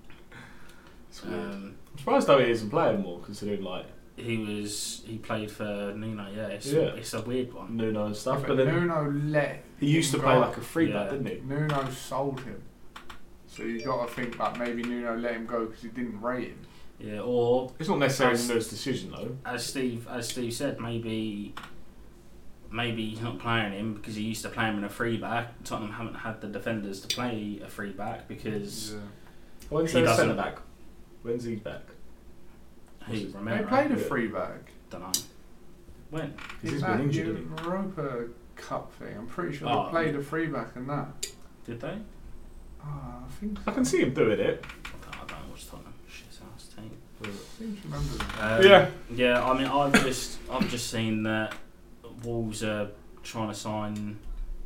It's weird.
um,
I'm surprised Doherty isn't playing more, considering like
he was he played for Nuno. Yeah, it's,
Yeah.
it's a weird one.
Nuno and stuff.
Yeah,
But then
Nuno let.
he used to
him
play
go.
like a free back,
Yeah.
didn't he?
Nuno sold him, so you got to think that maybe Nuno let him go because he didn't rate him.
Yeah, or
It's not necessarily
As-
Nuno's decision though.
as Steve as Steve said, maybe maybe he's not playing him because he used to play him in a free back. Tottenham haven't had the defenders to play a free back because
When's
He
he
doesn't.
centre back? When's he back?
he
They
remember.
played a
Yeah.
free back.
Don't know. When?
Because he's
that
been injured. Isn't
Europa Cup thing. I'm pretty sure
Oh.
they played a free back in that.
Did they?
Oh, I think.
he? I can see him doing it.
I don't watch Tottenham. Shit ass team.
I think you remember that.
Um,
Yeah.
Yeah. I mean, I've just I've just seen that Wolves are trying to sign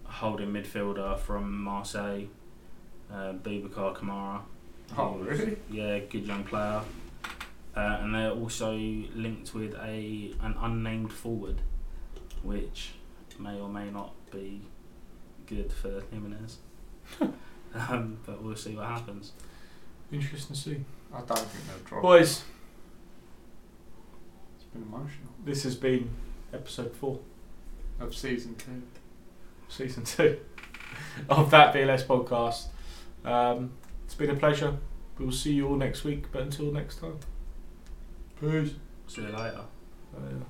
a holding midfielder from Marseille, uh, Boubacar Kamara.
Oh, really?
Yeah, good young player. Uh, and they're also linked with a an unnamed forward, which may or may not be good for Jimenez. um, but we'll see what happens.
Interesting to see.
I don't think they'll drop.
Boys,
It's been emotional.
this has been episode four,
Of season two.
season two of that BLS podcast. Um, it's been a pleasure. We will see you all next week, but until next time. Peace.
See you later.
Uh,